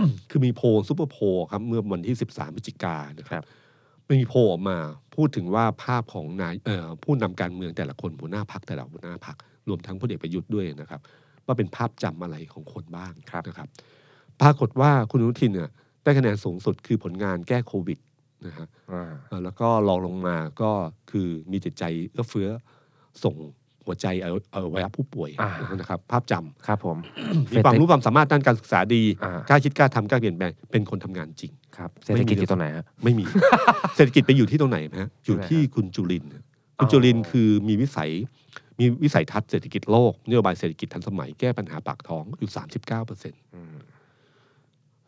S2: (coughs) คือมีโพลซูเปอร์โพลครับ เมื่อวันที่ 13พฤศจิกายนนะ
S3: ค
S2: ครับ
S3: รับ
S2: มีโพลออกมาพูดถึงว่าภาพของนายเอ่อผู้นำการเมืองแต่ละคนหัวหน้าพักแต่ละหัวหน้าพักรวมทั้งพลเอกประยุทธ์ด้วยนะครับ ว่าเป็นภาพจำอะไรของคนบ้าง
S3: ครับ
S2: นะครับ ปรากฏว่าคุณอนุทินเนี่ยได้คะแนนสูงสุดคือผลงานแก้โควิดนะฮะ
S3: อ่า
S2: เอ่อแล้วก็รองลงมาก็คือมีจิตใจเอื้อเฟื้อส่งหัวใจเอาเอาไว้รับผู้ป่วยนะครับ ภาพจำ
S3: ครับผม
S2: มีความรู้ความสามารถด้านการศึกษาดี
S3: อ่า
S2: กล้าคิดกล้าทำกล้าเปลี่ยนแปลงเป็นคนทำงานจริง
S3: ครับเศรษฐกิจอยู่ตรงไหนฮะ
S2: ไม่
S3: (laughs)
S2: มี เศรษฐกิจไปอยู่ที่ตรงไหนฮะอยู่ที่
S3: ใช่ไหมฮะ
S2: คุณจุลินทร์
S3: อ๋อ
S2: คุณจุลินทร์คือมีวิสัยมีวิสัยทัศน์เศรษฐกิจโลกนโยบายเศรษฐกิจทันสมัยแก้ปัญหาปากท้องอยู่ 39เปอร์เซ็นต
S3: อืม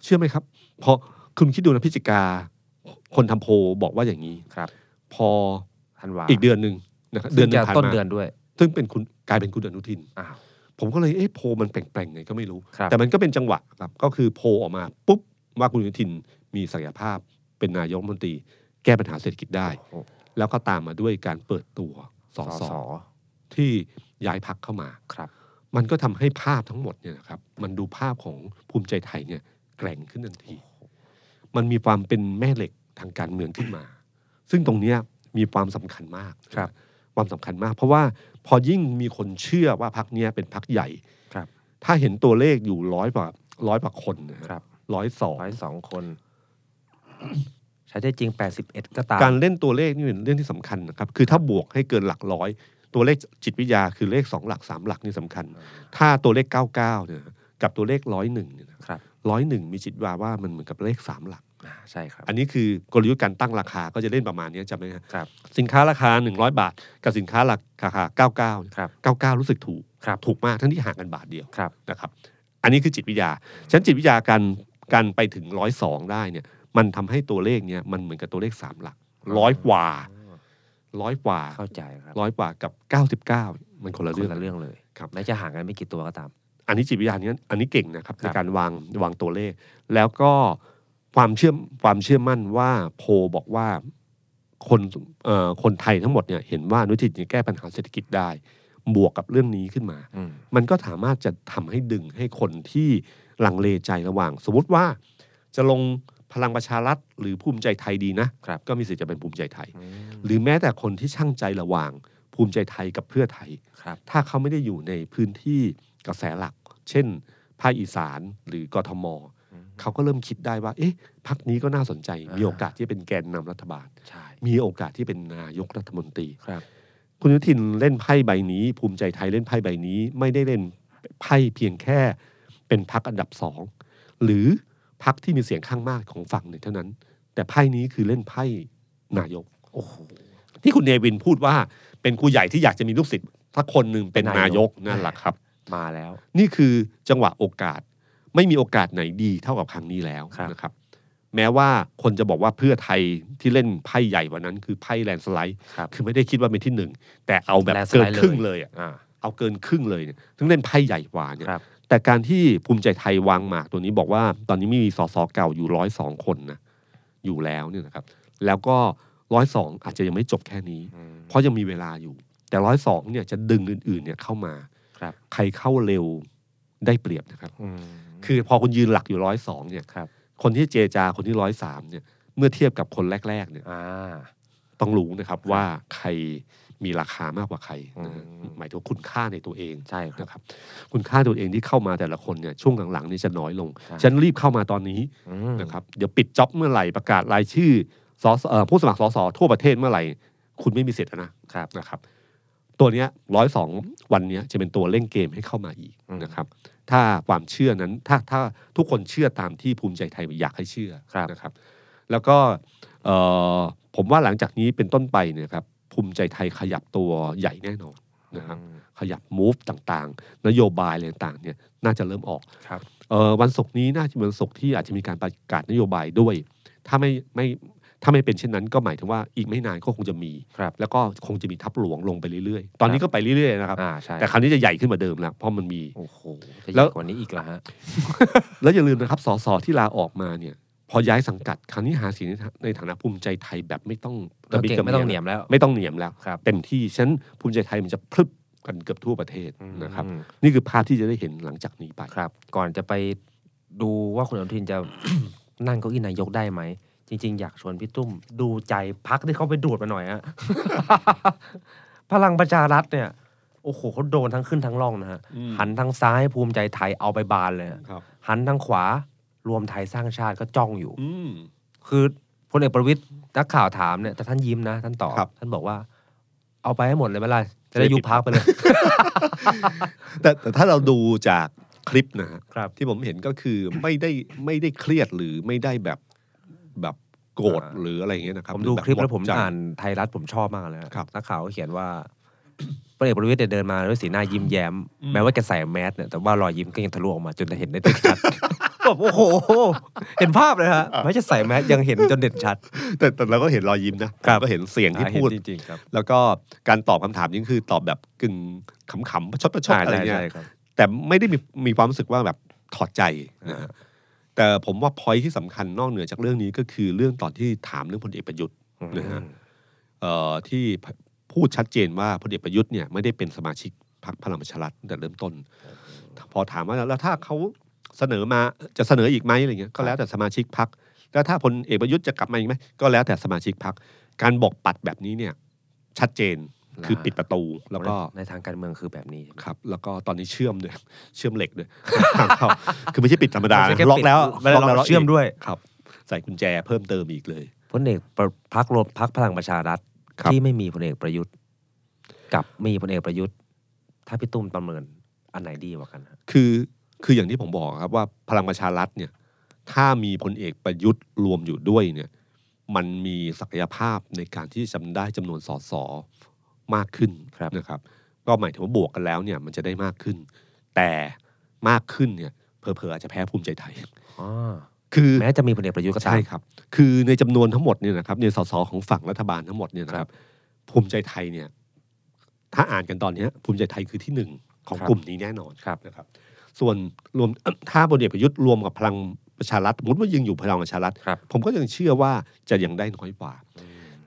S2: เชื่อไหมครับ พอคุณคิดดูนะพิจิกา คนทำโพลบอกว่าอย่างนี้
S3: ครับ
S2: พอ
S3: ธันวา
S2: อีกเดือนหนึ่งนะครับ
S3: ซึ่
S2: เดือง นหนึ
S3: จะ
S2: งผ่าน
S3: ต้น
S2: มา
S3: เดือนด้วย
S2: ซึ่งเป็นคุณกลายเป็นคุณอนุทิน
S3: อ้าว
S2: ผมก็เลยเอ๊ะโพลมันแปลงๆไงก็ไม่รู้
S3: ครับ
S2: แต่มันก็เป็นจังหวะครับก็คือโพลออกมาปุ๊บว่าคุณอนุทินมีศักยภาพเป็นนายกรัฐมนตรี แก้ปัญหาเศรษฐกิจได้
S3: โอ้โห
S2: แล้วก็ตามมาด้วยการเปิดตัวส
S3: ส
S2: อ
S3: อ
S2: ส
S3: ส
S2: อ
S3: อ
S2: ที่ย้ายพักเข้ามา
S3: ครับ
S2: มันก็ทำให้ภาพทั้งหมดเนี่ยนะครับ มันดูภาพของภูมิใจไทยเนี่ยแกร่งขึ้นทันที มันมีความเป็นแม่เหล็กทางการเมืองขึ้นมา ซึ่งตรงเนี้ยมีความสำคัญมาก
S3: ครับ
S2: ความสำคัญมาก เพราะว่าพอยิ่งมีคนเชื่อว่าพักเนี้ยเป็นพักใหญ่
S3: ครับ
S2: ถ้าเห็นตัวเลขอยู่ร้อยกว่าร้อยกว่าคนนะฮะ
S3: ครับ
S2: ร้อยสอง
S3: ร้อยสอง
S2: (coughs)
S3: คน ใช้ได้จริงแปดสิบเอ็ดก็ตาม
S2: การเล่นตัวเลขนี่เป็นเรื่องที่สำคัญนะครับ คือถ้าบวกให้เกินหลักร้อย ตัวเลขจิตวิทยาคือเลขสองหลักสามหลักนี่สำคัญ ถ้าตัวเลขเก้าเก้าเนี่ยกับตัวเลขร้อยหนึ่งเนี่ยนะ
S3: ครับ
S2: ร้อยหนึ่งมีจิตว่าว่ามันเหมือนกับเลขสามหลัก
S3: อ่าใช่ครับ
S2: อันนี้คือกลยุทธ์การตั้งราคาก็จะเล่นประมาณนี้จำไหมฮะ
S3: ครับ
S2: สินค้าราคา 100 บาท กับสินค้าราคาเก้าเก้า
S3: ครับ
S2: เก้าเก้ารู้สึกถูก
S3: ครับ
S2: ถูกมากทั้งที่ห่างกันบาทเดียว
S3: ครับ
S2: นะครับ อันนี้คือจิตวิทยาฉะนันจิตวิทยาการการไปถึงร้อยสองได้เนี่ยมันทำให้ตัวเลขเนี่ยมันเหมือนกับตัวเลขสามหลักร้อยกว่าร้อยกว่า
S3: เข้าใจครับ
S2: ร้อยกว่ากับ 99 มันคนละ
S3: ค
S2: เรื่อน ง
S3: ละเรื่องเลย
S2: ครับ
S3: แม้จะห่างกันไม่กี่ตัวก็ตาม
S2: อันนี้จิตวิทยานี้อันนี้เก่งนะครับ
S3: ครั
S2: ใน
S3: บ
S2: การวางวางตัวเลข แล้วก็ความเชื่อมความเชื่อมั่นว่าโพลบอกว่าคนเอ่อคนไทยทั้งหมดเนี่ยเห็นว่าอนุทินจะแก้ปัญหาเศรษฐกิจได้ บวกกับเรื่องนี้ขึ้นมา
S3: อืม
S2: มันก็สามารถจะทำให้ดึงให้คนที่ลังเลใจระหว่าง สมมติว่าจะลงพลังประชารัฐหรือภูมิใจไทยดีนะครับ ก็มีสิทธิ์จะเป็นภูมิใจไทย
S3: อืม
S2: หรือแม้แต่คนที่ช่างใจระหว่างภูมิใจไทยกับเพื่อไทย
S3: ครับ
S2: ถ้าเขาไม่ได้อยู่ในพื้นที่กระแสหลัก เช่น ภาคอีสานหรือกทม เขาก็เริ่มคิดได้ว่า เอ๊ะพักนี้ก็น่าสนใจ
S3: อ่ามี
S2: มีโอกาสที่จะเป็นแกนนำรัฐบาล
S3: ใช่
S2: มีโอกาสที่เป็นนายกรัฐมนตรี
S3: ครับ
S2: คุณอนุทินเล่นไพ่ใบนี้ ภูมิใจไทยเล่นไพ่ใบนี้ ไม่ได้เล่นไพ่เพียงแค่เป็นพักอันดับสองหรือพักที่มีเสียงข้างมากของฝั่งหนึ่งเท่านั้น แต่ไพ่นี้คือเล่นไพ่นายก
S3: โอ้โห
S2: ที่คุณเนวินพูดว่าเป็นครูใหญ่ที่อยากจะมีลูกศิษย์สักคนหนึ่งเป็นนายก
S3: นายก
S2: นั่นแหละครับ
S3: มาแล้ว
S2: นี่คือจังหวะโอกาสไม่มีโอกาสไหนดีเท่ากับครั้งนี้แล้ว
S3: ครับ
S2: นะครับ แม้ว่าคนจะบอกว่าเพื่อไทยที่เล่นไพ่ใหญ่กว่านั้นคือไพ่แลนด์สไลด์
S3: ครับ
S2: คือไม่ได้คิดว่าเป็นที่หนึ่ง แต่เอาแบบ
S3: แลนด์ส
S2: เกิ
S3: ไล
S2: น
S3: ด์
S2: ครึ่ง
S3: เล
S2: เลย ยอะ
S3: อ่า
S2: เอาเกินครึ่งเลยเนี่ยถึงเล่นไพ่ใหญ่กว่าเนี่ย
S3: ครับ
S2: แต่การที่ภูมิใจไทยวางหมากตัวนี้บอกว่า ตอนนี้ไม่มีสสเก่าอยู่ร้อยสองคนนะอยู่แล้วเนี่ยนะครับ แล้วก็ร้อยสองอาจจะยังไม่จบแค่นี้
S3: อืม
S2: เพราะยังมีเวลาอยู่ แต่ร้อยสองเนี่ยจะดึงอื่นๆเนี่ยเข้ามา
S3: ครับ
S2: ใครเข้าเร็วได้เปรียบนะครับ
S3: อืม
S2: คือพอคุณยืนหลักอยู่ร้อยสองเนี่ย
S3: ครับ
S2: คนที่เจรจาคนที่ร้อยสามเนี่ยเมื่อเทียบกับคนแรกๆเนี่ย
S3: อ่า
S2: ต้องรู้นะครับว่าใครมีราคามากกว่าใครนะฮะ
S3: อืม
S2: หมายถึงว่าคุณค่าในตัวเอง
S3: ใช่ครับ
S2: นะครับคุณค่าตัวเองที่เข้ามาแต่ละคนเนี่ยช่วงหลังๆนี่จะน้อยลง
S3: ครับ
S2: ฉันรีบเข้ามาตอนนี้
S3: อืม
S2: นะครับเดี๋ยวปิดจ็อบเมื่อไหร่ประกาศรายชื่อสอสเอ่อผู้สมัครสสทั่วประเทศเมื่อไหร่ คุณไม่มีสิทธิ์แล้วนะ
S3: ครับ
S2: นะครับตัวเนี้ยร้อยสองวันเนี้ยจะเป็นตัวเล่นเกมให้เข้ามาอีก
S3: อืม
S2: นะครับ ถ้าความเชื่อนั้นถ้าถ้าทุกคนเชื่อตามที่ภูมิใจไทยอยากให้เชื่อ
S3: ครับ
S2: นะครับ แล้วก็เอ่อผมว่าหลังจากนี้เป็นต้นไปเนี่ยครับภูมิใจไทยขยับตัวใหญ่แน่นอนนะครับ
S3: อืม
S2: ขยับมูฟต่างๆ นโยบายอะไรต่างๆเนี่ยน่าจะเริ่มออก
S3: ครับ
S2: เอ่อวันศุกร์นี้น่าจะเป็นวันศุกร์ที่อาจจะมีการประกาศนโยบายด้วย ถ้าไม่ไม่ถ้าไม่เป็นเช่นนั้น ก็หมายถึงว่าอีกไม่นานก็คงจะมี
S3: ครับ
S2: แล้วก็คงจะมีทับหลวงลงไปเรื่อยๆ ตอนนี้ก็ไปเรื่อยๆนะครับ
S3: อ่า ใช่
S2: แต่คราวนี้จะใหญ่ขึ้นกว่าเดิมแล้ว เพราะมันมี
S3: โอ้โห จะให
S2: แล้
S3: ญ่
S2: ว
S3: กว่านี้อีกเหรอฮะ
S2: แล้วอย่าลืมนะครับ สสที่ลาออกมาเนี่ย พอย้ายสังกัด คราวนี้หาเสียงในฐาในฐานะภูมิใจไทยแบบไม่ต้อง
S3: เราเก่ง
S2: กระ
S3: ไม่ต้องเหนียมแล้ว
S2: ไม่ต้องเหนียมแล้ว
S3: ครับ
S2: เต็มที่ฉะนันภูมิใจไทยมันจะพลึบกันเกือบทั่วประเทศนะครับ
S3: อืม
S2: นี่คือภาพที่จะได้เห็นหลังจากนี้ไป
S3: ครับ ก่อนจะไปดูว่าคุณอนุทินจะ (coughs) นั่งเก้าอี้นายกได้ไหม จริง ๆ อยากชวนพี่ตุ้มดูใจพักที่เขาไปดูดมาหน่อยฮ (laughs) ะ พลังประชารัฐเนี่ย โอ้โหเขาโดนทั้งขึ้นทั้งล่องนะฮะ
S2: อืม
S3: หันทางซ้ายภูมิใจไทยเอาไปบานเลยฮะ
S2: ครับ
S3: หันทางขวารวมไทยสร้างชาติก็จ้องอยู่
S2: อืม
S3: คือพลเอกประวิตยนักข่าวถามเนี่ยแต่ท่านยิ้มนะ ท่านตอบ
S2: ครับ
S3: ท่านบอกว่า เอาไปให้หมดเลยไหมล่ะจะ
S2: จะ
S3: ได้
S2: ได้
S3: ยุบพักไปเลย
S2: แต่แต่ถ้าเราดูจากคลิปนะฮะ
S3: ครับ
S2: ที่ผมเห็นก็คือไม่ได้ไม่ได้เครียดหรือไม่ได้แบบแบบโกรธ
S3: อ่า
S2: หรืออะไรอย่างเงี้ยนะครับ
S3: ผม
S2: ห
S3: ดู
S2: รืบบ
S3: คลิปแล้ว
S2: หด
S3: ผม
S2: ใจ
S3: อ่านไทยรัฐผมชอบมากเลยนะครับ นักข่าวก็เขียนว่า พลเอกประวิตยเนี่ยเดินมาด้วยสีหน้ายิ้มแย้ม
S2: อืม
S3: แม้ว่าแกใส่แมสเนี่ยแต่ว่ารอยยิ้มก็ยังทะลุออกมาจนเห็นได้ติดชัด แบบโอ้โห เห็นภาพเลยฮะไม่ใช่ใส่แมสยังเห็นจนเด่นชัด
S2: แต่แต่เราก็เห็นรอยยิ้มนะครับ ก็เห็นเสียงที่
S3: อ่า
S2: พูด
S3: เห็นจริงๆครับ
S2: แล้วก็การตอบคำถามนี่คือตอบแบบกึ่งขำๆประชดประชด
S3: า
S2: อะไรเงี้ย
S3: ใช่ครับ
S2: แต่ไม่ได้มีมีความรู้สึกว่าแบบถอดใจนะฮะแต่ผมว่าพอยที่สำคัญนอกเหนือจากเรื่องนี้ก็คือเรื่องตอนที่ถามเรื่องพลเอกประยุทธ์ นะฮะ เอ่อที่พูดชัดเจนว่าพลเอกประยุทธ์เนี่ยไม่ได้เป็นสมาชิกพรรคพลังประชารัฐตั้งแต่เริ่มต้น พอถามว่าแล้วถ้าเขาเสนอมาจะเสนออีกไหมอะไรเงี้ยก็แล้วแต่สมาชิกพรรคแล้วถ้าพลเอกประยุทธ์จะกลับมาอีกไหมก็แล้วแต่สมาชิกพรรคการบอกปัดแบบนี้เนี่ยชัดเจนคือ
S3: นะ
S2: ปิดประตูแล้วก็
S3: ในทางการเมืองคือแบบนี้
S2: ครับแล้วก็ตอนนี้เชื่อมด้วย เชื่อมเหล็กด้วย (laughs) ทางเข้าคือไม่ใช่ปิดธรรมดา
S3: ไม่
S2: นะ
S3: ใช่แค่
S2: ล็อกแล้ว
S3: ปิดไม่ได้ล็อก
S2: แล้ก
S3: เชื่อมด้วย
S2: ครับ ใส่กุญแจเพิ่มเติมอีกเลย
S3: พลเอกประพักรวมพักพลังประชารัฐ
S2: ครับ
S3: ที่ไม่มีพลเอกประยุทธ์ กับมีพลเอกประยุทธ์ ถ้าพี่ตุ้มประเมินอันไหนดีกว่ากันฮะ
S2: คือคืออย่างที่ผมบอกครับว่าพลังประชารัฐเนี่ย ถ้ามีพลเอกประยุทธ์รวมอยู่ด้วยเนี่ย มันมีศักยภาพในการที่จะได้จำนวนสสมากขึ้นนะครับ ก็หมายถึงว่าบวกกันแล้วเนี่ยมันจะได้มากขึ้น แต่มากขึ้นเนี่ยเผลอๆอาจจะแพ้ภูมิใจไทย
S3: อ๋อ
S2: คือ
S3: แม้จะมีพลเอกประยุทธ์ก็ตาม
S2: ใช่ครับ คือในจำนวนทั้งหมดเนี่ยนะครับในสสของฝั่งรัฐบาลทั้งหมดเนี่ยนะค
S3: ครั
S2: รั
S3: บบ
S2: ภูมิใจไทยเนี่ย ถ้าอ่านกันตอนเนี้ยภูมิใจไทยคือที่หนึ่งของ
S3: ครับ
S2: กลุ่มนี้แน่นอน
S3: ครับ
S2: นะครับ ส่วนรวม ถ้าพลเอกประยุทธ์รวมกับพลังประชารัฐสมมติว่ายังอยู่พลังประชารัฐ
S3: ครับ
S2: ผมก็ยังเชื่อว่าจะยังได้น้อยกว่า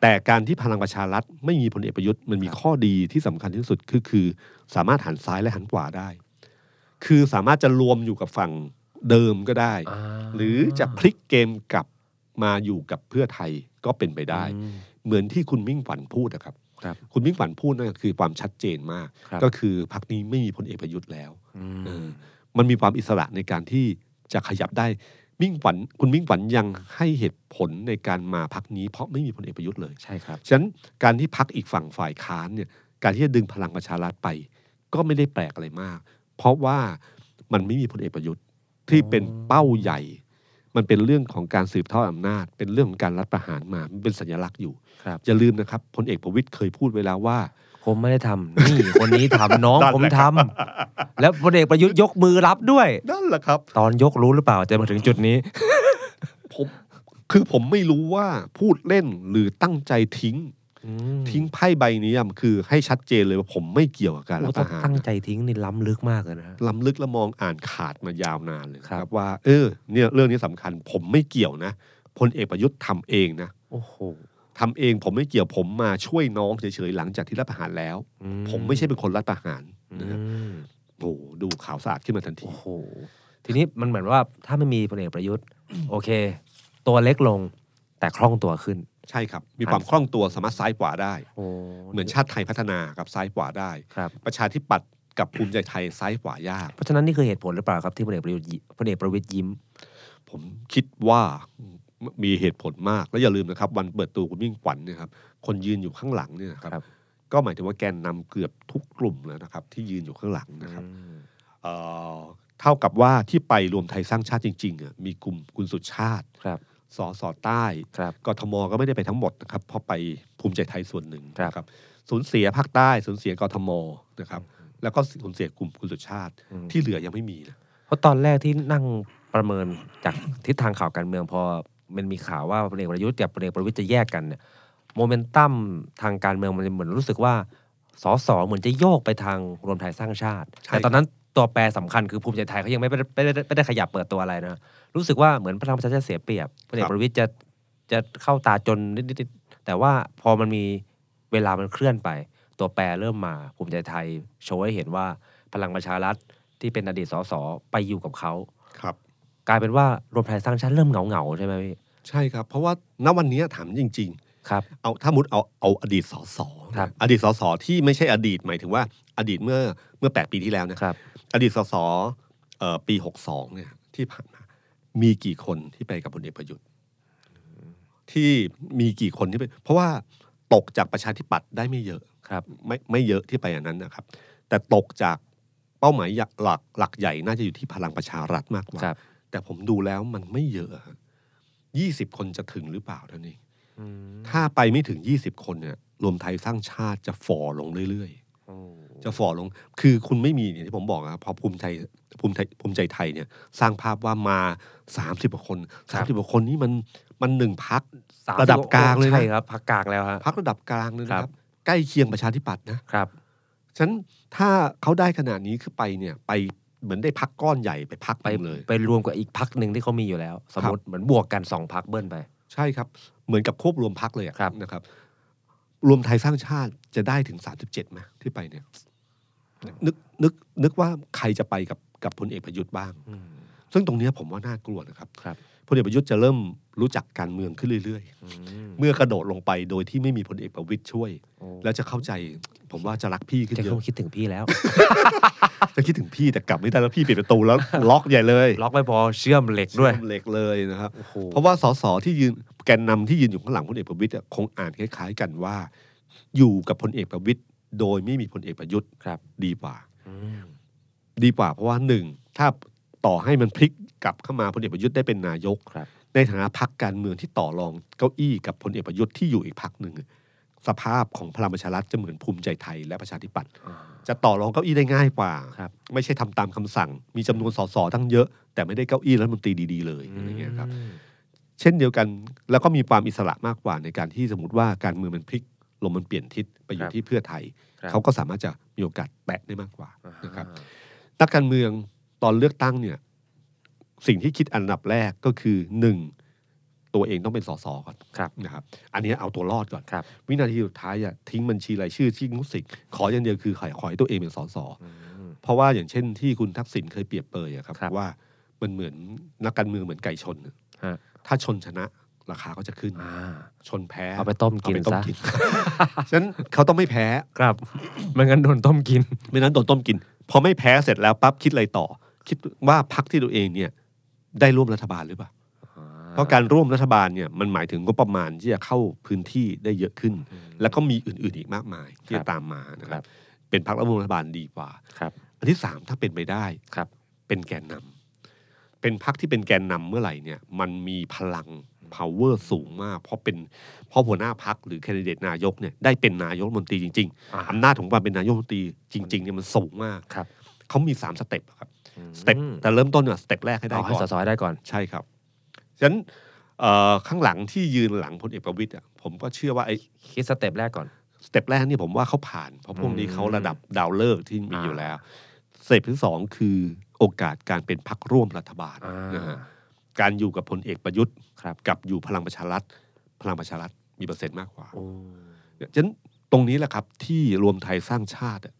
S2: แต่การที่พลังประชารัฐไม่มีพลเอกประยุทธ์มันมีข้อดีที่สำคัญที่สุดคือคือ สามารถหันซ้ายและหันขวาได้ คือสามารถจะรวมอยู่กับฝั่งเดิมก็ได้
S3: อ่า
S2: หรือจะพลิกเกมกลับมาอยู่กับเพื่อไทยก็เป็นไปได้
S3: อืม
S2: เหมือนที่คุณมิ่งขวัญพูดนะครับ
S3: ครับ
S2: คุณมิ่งขวัญพูดนั่นก็คือความชัดเจนมาก
S3: ครับ
S2: ก็คือพักนี้ไม่มีพลเอกประยุทธ์แล้ว
S3: อืม
S2: เออมันมีความอิสระในการที่จะขยับได้มิ่งขวัญคุณมิ่งขวัญยังให้เหตุผลในการมาพักนี้ เพราะไม่มีพลเอกประยุทธ์เลย
S3: ใช่ครับ
S2: ฉะนั้นการที่พักอีกฝั่งฝ่ายค้านเนี่ยการที่จะดึงพลังประชารัฐไป ก็ไม่ได้แปลกอะไรมาก เพราะว่ามันไม่มีพลเอกประยุทธ์ที่เป็นเป้าใหญ่ มันเป็นเรื่องของการสืบทอดอำนาจ เป็นเรื่องของการรัฐประหารมามันเป็นสัญลักษณ์อยู่
S3: ครับ
S2: อย่าลืมนะครับพลเอกประวิตยเคยพูดไว้แล้วว่า
S3: ผมไม่ได้ทำนี่คนนี้ทำน้อง
S2: นั่นแหละ
S3: ผมทำแล้วพลเอกประยุทธ์ยกมือรับด้วย
S2: นั่นแหละครับ
S3: ตอนยกรู้หรือเปล่าจะมาถึงจุดนี้
S2: ผมคือผมไม่รู้ว่าพูดเล่นหรือตั้งใจทิ้ง ทิ้งไพ่ใบนี้อะคือให้ชัดเจนเลยว่าผมไม่เกี่ยวกับการรัฐ
S3: โอ้
S2: ป
S3: ต้อง
S2: ระหาร
S3: ตั้งใจทิ้งนี่ล้ำลึกมากเลยนะฮะ
S2: ล้ำลึกและมองอ่านขาดมายาวนานเลยนะครับ ว่า เออเนี่ยเรื่องนี้สำคัญ ผมไม่เกี่ยวนะพลเอกประยุทธ์ทำเองนะ
S3: โอ้โห
S2: ทำเองผมไม่เกี่ยวผมมาช่วยน้องเฉยๆหลังจากที่รัฐประหารแล้ว
S3: อื
S2: ผมไม่ใช่เป็นคนรัฐประหารนะฮะ
S3: อืม
S2: โอ้โหดูข่าวสะอาดขึ้นมาทันที
S3: โอ้โห ทีนี้มันเหมือนว่าถ้าไม่มีพลเอกประยุทธ์ โอเค ตัวเล็กลงแต่คล่องตัวขึ้น
S2: ใช่ครับ มีความคล่องตัวสามารถซ้ายขวาได้
S3: โอ้
S2: เหมือนชาติไทยพัฒนากับซ้ายขวาได้
S3: ครับ
S2: ประชาธิปัตย์กับภูมิใจไทยซ้ายขวายาก
S3: เพราะฉะนั้นนี่คือเหตุผลหรือเปล่าครับที่พลเอกประยุทธ์ยิพลเอกประวิทย์ยิ้ม
S2: ผมคิดว่ามีเหตุผลมาก แล้วอย่าลืมนะครับ วันเปิดตัวคุณมิ่งขวัญเนยครับ คนยืนอยู่ข้างหลังเนี่ยนะครับ
S3: ครับ
S2: ก็หมายถึงว่าแกนนำเกือบทุกกลุ่มแล้วนะครับ ที่ยืนอยู่ข้างหลังนะครับ
S3: อืม
S2: เอ่อเท่ากับว่าที่ไปรวมไทยสร้างชาติจริงๆอะมีกลุ่มคุณสุชาติ
S3: ครับ
S2: สอสอใต้
S3: ครับ
S2: กทมก็ไม่ได้ไปทั้งหมดนะครับเพราะไปภูมิใจไทยส่วนหนึ่ง
S3: ครับ
S2: นะครับสูญเสียภาคใต้สูญเสียกทมนะครับแล้วก็สูญเสียกลุ่มคุณสุชาติที่เหลือยังไม่มีนะ
S3: เพราะตอนแรกที่นั่งประเมินจากทิศทางข่าวการเมืองพอมันมีข่าวว่าพลเอกประยุทธ์กับพลเอกประวิทย์จะแยกกันเนี่ยโมเมนตัมทางการเมืองมันเหมือนรู้สึกว่าสสเหมือนจะโยกไปทางรวมไทยสร้างชาติ
S2: ใช่
S3: แต่ตอนนั้นตัวแปรสำคัญคือภูมิใจไทยเขายังไม่ได้ไม่ได้ไม่ได้ขยับเปิดตัวอะไรนะรู้สึกว่าเหมือนพลังประชาชาติเสียเปรียบพลเอกประวิทย์จะจะเข้าตาจนนิดๆแต่ว่าพอมันมีเวลามันเคลื่อนไป ตัวแปรเริ่มมาภูมิใจไทยโชว์ให้เห็นว่าพลังประชารัฐที่เป็นอดีตสสไปอยู่กับเขา
S2: ครับ
S3: กลายเป็นว่ารวมไทยสร้างชาติเริ่มเหงาเหงาๆใช่ไหมพี่
S2: ใช่ครับ เพราะว่าณวันนี้ถามจริง ๆ
S3: ครับ
S2: เอาถ้ามุดเอาเอาอดีตสส
S3: ครับ
S2: อดีตสสที่ไม่ใช่อดีตหมายถึงว่าอดีตเมื่อเมื่อ 8 ปีที่แล้วนะครับ อดีตสสเอ่อปี 62เนี่ยที่ผ่านมามีกี่คนที่ไปกับพลเอกประยุทธ์ ที่มีกี่คนที่ไปเพราะว่าตกจากประชาธิปัตย์ได้ไม่เยอะ
S3: ครับ
S2: ไม่ไม่เยอะที่ไปอันนั้นนะครับ แต่ตกจากเป้าหมายหลักหลักหลักใหญ่น่าจะอยู่ที่พลังประชารัฐมากกว่า
S3: ครับ
S2: แต่ผมดูแล้วมันไม่เยอะยี่สิบคนจะถึงหรือเปล่าเท่านั้นเอง
S3: อืม
S2: ถ้าไปไม่ถึง 20 คนเนี่ยรวมไทยสร้างชาติจะฝ่อลงเรื่อย
S3: โอ้
S2: ๆ จะฝ่อลง คือคุณไม่มีอย่างที่ผมบอกอะพอภูมิใจภูมิใจภูมิใจไทยเนี่ย สร้างภาพว่ามา 30กว่าคน
S3: ครับ
S2: 30กว่าคนนี่มันมันหนึ่งพัก
S3: สม
S2: ระดับกลางเลยนะ
S3: ใช่ครับพักกลางแล้วฮะ
S2: พักระดับกลางเลยนะค
S3: ครั
S2: รับ
S3: บ
S2: ใกล้เคียงประชาธิปัตย์นะ
S3: ครับ
S2: ฉะนันถ้าเขาได้ขนาดนี้คือไปเนี่ยไปเหมือนได้พักก้อนใหญ่ไปพัก
S3: ไป
S2: ไปเลย
S3: ไปรวมกับอีกพักหนึ่งที่เขามีอยู่แล้ว สมมติเหมือนบวกกันสองพักเบิ้ลไป
S2: ใช่ครับ เหมือนกับควบรวมพักเลยอะ
S3: ครับ
S2: นะครับ รวมไทยสร้างชาติจะได้ถึง 37ไหมที่ไปเนี่ย นึกนึกนึกว่าใครจะไปกับกับพลเอกประยุทธ์บ้าง
S3: อืม
S2: ซึ่งตรงเนี้ยผมว่าน่ากลัวนะครับ
S3: ครับ
S2: พลเอกประยุทธ์จะเริ่มรู้จักการเมืองขึ้นเรื่อยๆ เมื่อกระโดดลงไปโดยที่ไม่มีพลเอกประวิตยช่วย
S3: โอ้
S2: แล้วจะเข้าใจ ผมว่าจะรักพี่ขึ้น
S3: จะ
S2: เย
S3: เข้า
S2: อะ
S3: คิดถึงพี่แล้ว
S2: จะคิดถึงพี่แต่กลับไม่ได้แล้วพี่ปิดประตูแล้ว ล็อกใหญ่เลย
S3: ล็อกไม่พอเชื่อมเหล็กด้วย
S2: เหล็กเลยนะครับ
S3: โอ้โห
S2: เพราะว่าสสที่ยืนแกนนำที่ยืนอยู่ข้างหลังพลเอกประวิตยอะคงอ่านคล้ายๆกันว่า อยู่กับพลเอกประวิตยโดยไม่มีพลเอกประยุทธ์
S3: ครับ
S2: ดีกว่า
S3: อืม
S2: ดีกว่าเพราะว่าหนึ่งถ้าต่อให้มันพลิกกลับเข้ามาพลเอกประยุทธ์ได้เป็นนายก
S3: ครับ
S2: ในฐานะพักการเมืองที่ต่อรองเก้าอี้กับพลเอกประยุทธ์ที่อยู่อีกพักหนึ่งอะสภาพของพลังประชารัฐจะเหมือนภูมิใจไทยและประชาธิปัตย์
S3: อ่า
S2: จะต่อรองเก้าอี้ได้ง่ายกว่า
S3: ครับ
S2: ไม่ใช่ทำตามคำสั่ง มีจำนวนสสทั้งเยอะ แต่ไม่ได้เก้าอี้รัฐมนตรีดี ๆ เลยอะไรเงี้ยครับ เช่นเดียวกันแล้วก็มีความอิสระมากกว่าในการที่สมมติว่าการเมืองมันพลิกลมมันเปลี่ยนทิศไปอ
S3: ค
S2: ยู่
S3: รับ
S2: ที่เพื่อไทย
S3: ครับ
S2: เขาก็สามารถจะมีโอกาสแตะได้มากกว่านะครับ
S3: อ่า
S2: นักการเมืองตอนเลือกตั้งเนี่ยสิ่งที่คิดอันดับแรกก็คือหนึ่งตัวเองต้องเป็นสสก่อน
S3: ครับ
S2: นะครับ อันนี้เอาตัวรอดก่อน
S3: ครับ
S2: วินาทีสุดท้ายอะทิ้งบัญชีรายชื่อที่งุสิกขออย่างเดียวคือขอขอให้ตัวเองเป็นสส
S3: อืม
S2: เพราะว่าอย่างเช่นที่คุณทักษิณเคยเปรียบเปยอะครับ
S3: ครับ
S2: ว่ามันเหมือนนักการเมืองเหมือนไก่ชนอะ
S3: ฮะ
S2: ถ้าชนชนะราคาก็จะขึ้น
S3: อ่า
S2: ชนแพ้
S3: เอาไปต้มกิน
S2: เอาไปต้ม
S3: ซะ
S2: กิน ฉะนั้นเขาต้องไม่แพ้
S3: ครับไม่งั้นโดนต้มกิน
S2: ไม่นั้นโดนต้มกิน พอไม่แพ้เสร็จแล้วปั๊บคิดอะไรต่อ คิดว่าพักที่ตัวเองเนี่ยได้ร่วมรัฐบาลหรือเปล่า เพราะการร่วมรัฐบาลเนี่ยมันหมายถึงงบประมาณที่จะเข้าพื้นที่ได้เยอะขึ้น แล้วก็มีอื่นๆอีกมากมายที่
S3: ครั
S2: จะ
S3: บ
S2: ตามมานะค
S3: ครั
S2: รับ
S3: บ
S2: เป็นพักร่วมรัฐบาลดีกว่า
S3: ครับ
S2: อันที่สามถ้าเป็นไปได้
S3: ครับ
S2: เป็นแกนนำเป็นพักที่เป็นแกนนำเมื่อไหร่เนี่ย มันมีพลัง power สูงมาก เพราะเป็นเพราะหัวหน้าพักหรือแคนดิเดตนายกเนี่ยได้เป็นนายกรัฐมนตรีจริง
S3: อ่า
S2: ๆอำนาจของความเป็นนายกรัฐมนตรีจริงๆเนี่ยมันสูงมาก
S3: ครับ
S2: เขามีสามสเต็ปอะครับสเต็ปแต่เริ่มต้นเนี่ยสเต็ปแรกให้ได้
S3: เอาให้
S2: ก่อน
S3: สสให้ได้ก่อน
S2: ใช่ครับ ฉะนั้นเอ่อข้างหลังที่ยืนหลังพลเอกประวิตยอะผมก็เชื่อว่าไอ้
S3: คิดสเต็ปแรกก่อน
S2: สเต็ปแรกเนี่ยผมว่าเขาผ่าน เพราะพวกนี้เขาระดับดาวเลิกษ์ที่มีอยู่แล้วสเต็ปที่สองคือโอกาสการเป็นพักร่วมรัฐบาล
S3: อ่าน
S2: นะฮะการอยู่กับพลเอกประยุทธ์
S3: ครับ
S2: กับอยู่พลังประชารัฐ พลังประชารัฐมีเปอร์เซ็นต์มากกว่า
S3: โอ้
S2: ฉะนั้นตรงนี้แหละครับที่รวมไทยสร้างชาติอะ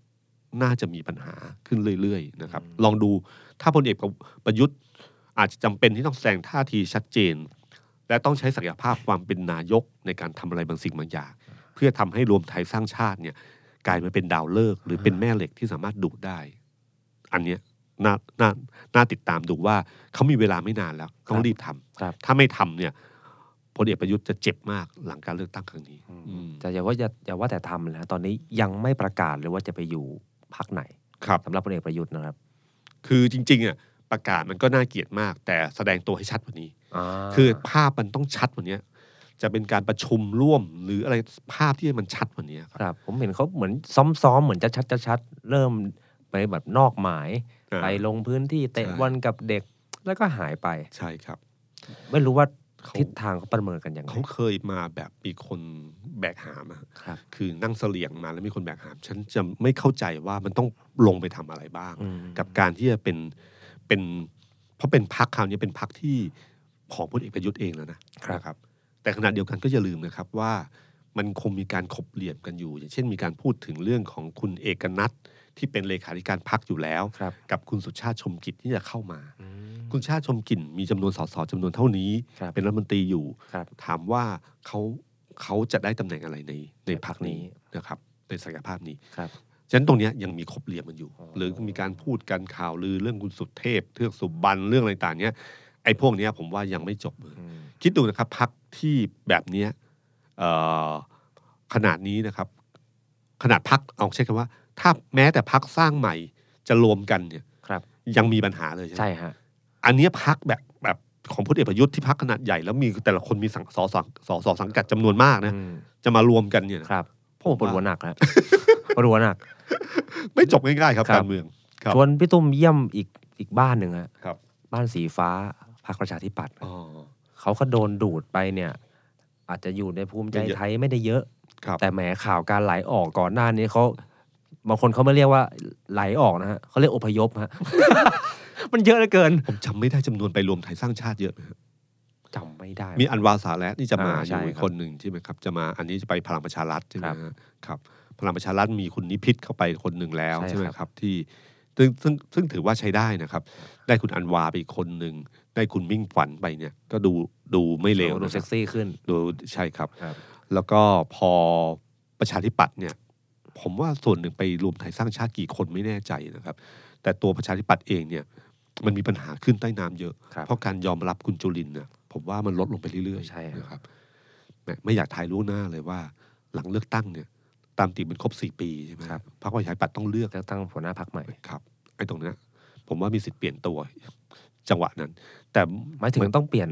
S2: น่าจะมีปัญหาขึ้นเรื่อยๆนะครับ ลองดูถ้าพลเอกประยุทธ์ อาจจะจำเป็นที่ต้องแสดงท่าทีชัดเจน และต้องใช้ศักยภาพความเป็นนายกในการทำอะไรบางสิ่งบางอย่าง เพื่อทำให้รวมไทยสร้างชาติเนี่ย กลายมาเป็นดาวเลิกษ์หรือเป็นแม่เหล็กที่สามารถดูดได้ อันเนี้ยน่าน่าน่าติดตามดูว่าเขามีเวลาไม่นานแล้วต้องรีบทำ
S3: ครับ
S2: ถ้าไม่ทำเนี่ยพลเอกประยุทธ์จะเจ็บมากหลังการเลือกตั้งครั้งนี้อืม
S3: แต่อย่าว่าอย่าอย่าว่าแต่ทำเลยนะตอนนี้ยังไม่ประกาศเลยว่าจะไปอยู่พักไหน
S2: ครับ
S3: สำหรับพลเอกประยุทธ์นะครับ
S2: คือจริงๆอ่ะประกาศมันก็น่าเกลียดมาก แต่แสดงตัวให้ชัดกว่านี้
S3: า
S2: คือภาพมันต้องชัดกว่านี้จะเป็นการประชุมร่วมหรืออะไรภาพที่มันชัดกว่านี้ค
S3: ครับ รับ ผมเห็นเขาเหมือนซ้อมๆเหมือนจะชัดจะชัดเริ่มไปแบบนอกหมาย
S2: อ่า
S3: ไปลงพื้นที่เตะ
S2: ใช่
S3: บอลกับเด็กแล้วก็หายไป
S2: ใช่ครับ
S3: ไม่รู้ว่า
S2: เขา
S3: ทิศทางเขาประเมินกันยังไง
S2: เขาเคยมาแบบมีคนแบกหามอะ
S3: ครับ
S2: คือนั่งเสลียงมาแล้วมีคนแบกหาม ฉันจะไม่เข้าใจว่ามันต้องลงไปทำอะไรบ้าง
S3: อืม
S2: กับการที่จะเป็นเป็นเพราะเป็นพักคราวนี้เป็นพักที่ของพลเอกประยุทธ์เองแล้วนะครับ นะครับ แต่ขณะเดียวกันก็อย่าลืมนะครับว่ามันคงมีการขบเหลี่ยมกันอยู่ อย่างเช่นมีการพูดถึงเรื่องของคุณเอกนัทที่เป็นเลขาธิการพักอยู่แล้ว
S3: ครับ
S2: กับคุณสุชาติชมกิจที่จะเข้ามา คุณสุชาติชมกิจมีจำนวนสสจำนวนเท่านี้
S3: ครับ
S2: เป็นรัฐมนตรีอยู่
S3: ครับ
S2: ถามว่าเขาเขาจะได้ตำแหน่งอะไรในในพักนี้
S3: นี้
S2: นะครับในศักยภาพนี้
S3: ครับ
S2: ฉะนั้นตรงเนี้ยยังมีครบเหลี่ยมมันอยู่
S3: อ๋อ
S2: หรือมีการพูดกันข่าวลือเรื่องคุณสุเทพ เทือกสุบรรณเรื่องอะไรต่างเนี้ยไอ้พวกเนี้ยผมว่ายังไม่จบเลย
S3: อืม
S2: คิดดูนะครับพักที่แบบเนี้ยเอ่อขนาดนี้นะครับ ขนาดพักเอาใช้คำว่า ถ้าแม้แต่พักสร้างใหม่จะรวมกันเนี่ย
S3: ครับ
S2: ยังมีปัญหาเลยใช่ไหม
S3: ใช่ฮะ
S2: อันเนี้ยพักแบบแบบของพลเอกประยุทธ์ที่พักขนาดใหญ่แล้วมีแต่ละคนมีสังสอสอสอสอสังกัดจำนวนมากนะ
S3: อืม
S2: จะมารวมกันเนี่ยนะครับ ผม (laughs)
S3: ปวดหัว
S2: ว่า
S3: หนักแล้วปวดหัวหนัก
S2: ไม่จบง่ายๆครับ
S3: ครับ
S2: การเมืองครับ
S3: ชวนพี่ตุ้มเยี่ยมอีกอีกบ้านหนึ่งฮะ
S2: ครับ
S3: บ้านสีฟ้าพรรคประชาธิปัตย์
S2: อ๋อ
S3: เขาก็โดนดูดไปเนี่ย อาจจะอยู่ในภูมิใจ
S2: ไม่เยอะ
S3: ไทยไม่ได้เยอะ
S2: ครับ
S3: แต่แหมข่าวการไหลออกก่อนหน้านี้เขาบางคนเขาไม่เรียกว่าไหลออกนะฮะเขาเรียกอพยพฮะ มันเยอะเหลือเกิน
S2: (laughs) ผมจำไม่ได้จำนวนไปรวมไทยสร้างชาติเยอะไหมครับ
S3: จำไม่ได้
S2: มีอันวาสาและนี่จะมา
S3: อ่า
S2: อ
S3: ใช่
S2: ยู่อีก
S3: ครับ
S2: คนหนึ่งใช่ไหมครับ จะมาอันนี้จะไปพลังประชารัฐใช่ไหม
S3: ครับ
S2: ฮะครับ พลังประชารัฐมีคุณนิพิษเข้าไปคนหนึ่งแล้ว
S3: ใช่
S2: ใช่ไหม
S3: ครับ
S2: ครับที่ซึ่งซึ่งซึ่งถือว่าใช้ได้นะครับ ได้คุณอันวาไปอีกคนหนึ่งได้คุณมิ่งฝันไปเนี่ยก็ดูดูไม่เลว
S3: ดู
S2: นะค
S3: เซ็
S2: รับ
S3: กซี่ขึ้น
S2: ดูใช่ครับ
S3: ครับ
S2: แล้วก็พอประชาธิปัตย์เนี่ย ผมว่าส่วนหนึ่งไปรวมไทยสร้างชาติกี่คนไม่แน่ใจนะครับ แต่ตัวประชาธิปัตย์เองเนี่ย มันมีปัญหาขึ้นใต้น้ำเยอะ
S3: ครับ
S2: เพราะการยอมรับคุณจุลินเนี่ยผมว่ามันลดลงไปเรื่อย
S3: ใช่
S2: ๆ
S3: ครับ
S2: นะครับแหมไม่อยากทายล่วงหน้าเลยว่า หลังเลือกตั้งเนี่ย ตามติมันครบสี่ปีใช่ไหมครับพรรคประชาธิปัตย์ต้องเลือก
S3: เลือกตั้งหัวหน้าพักใหม่
S2: ครับไอ้ตรงเนี้ยผมว่ามีสิทธิ์เปลี่ยนตัว จังหวะนั้น แต่
S3: หมายถึงต้องเปลี่ยน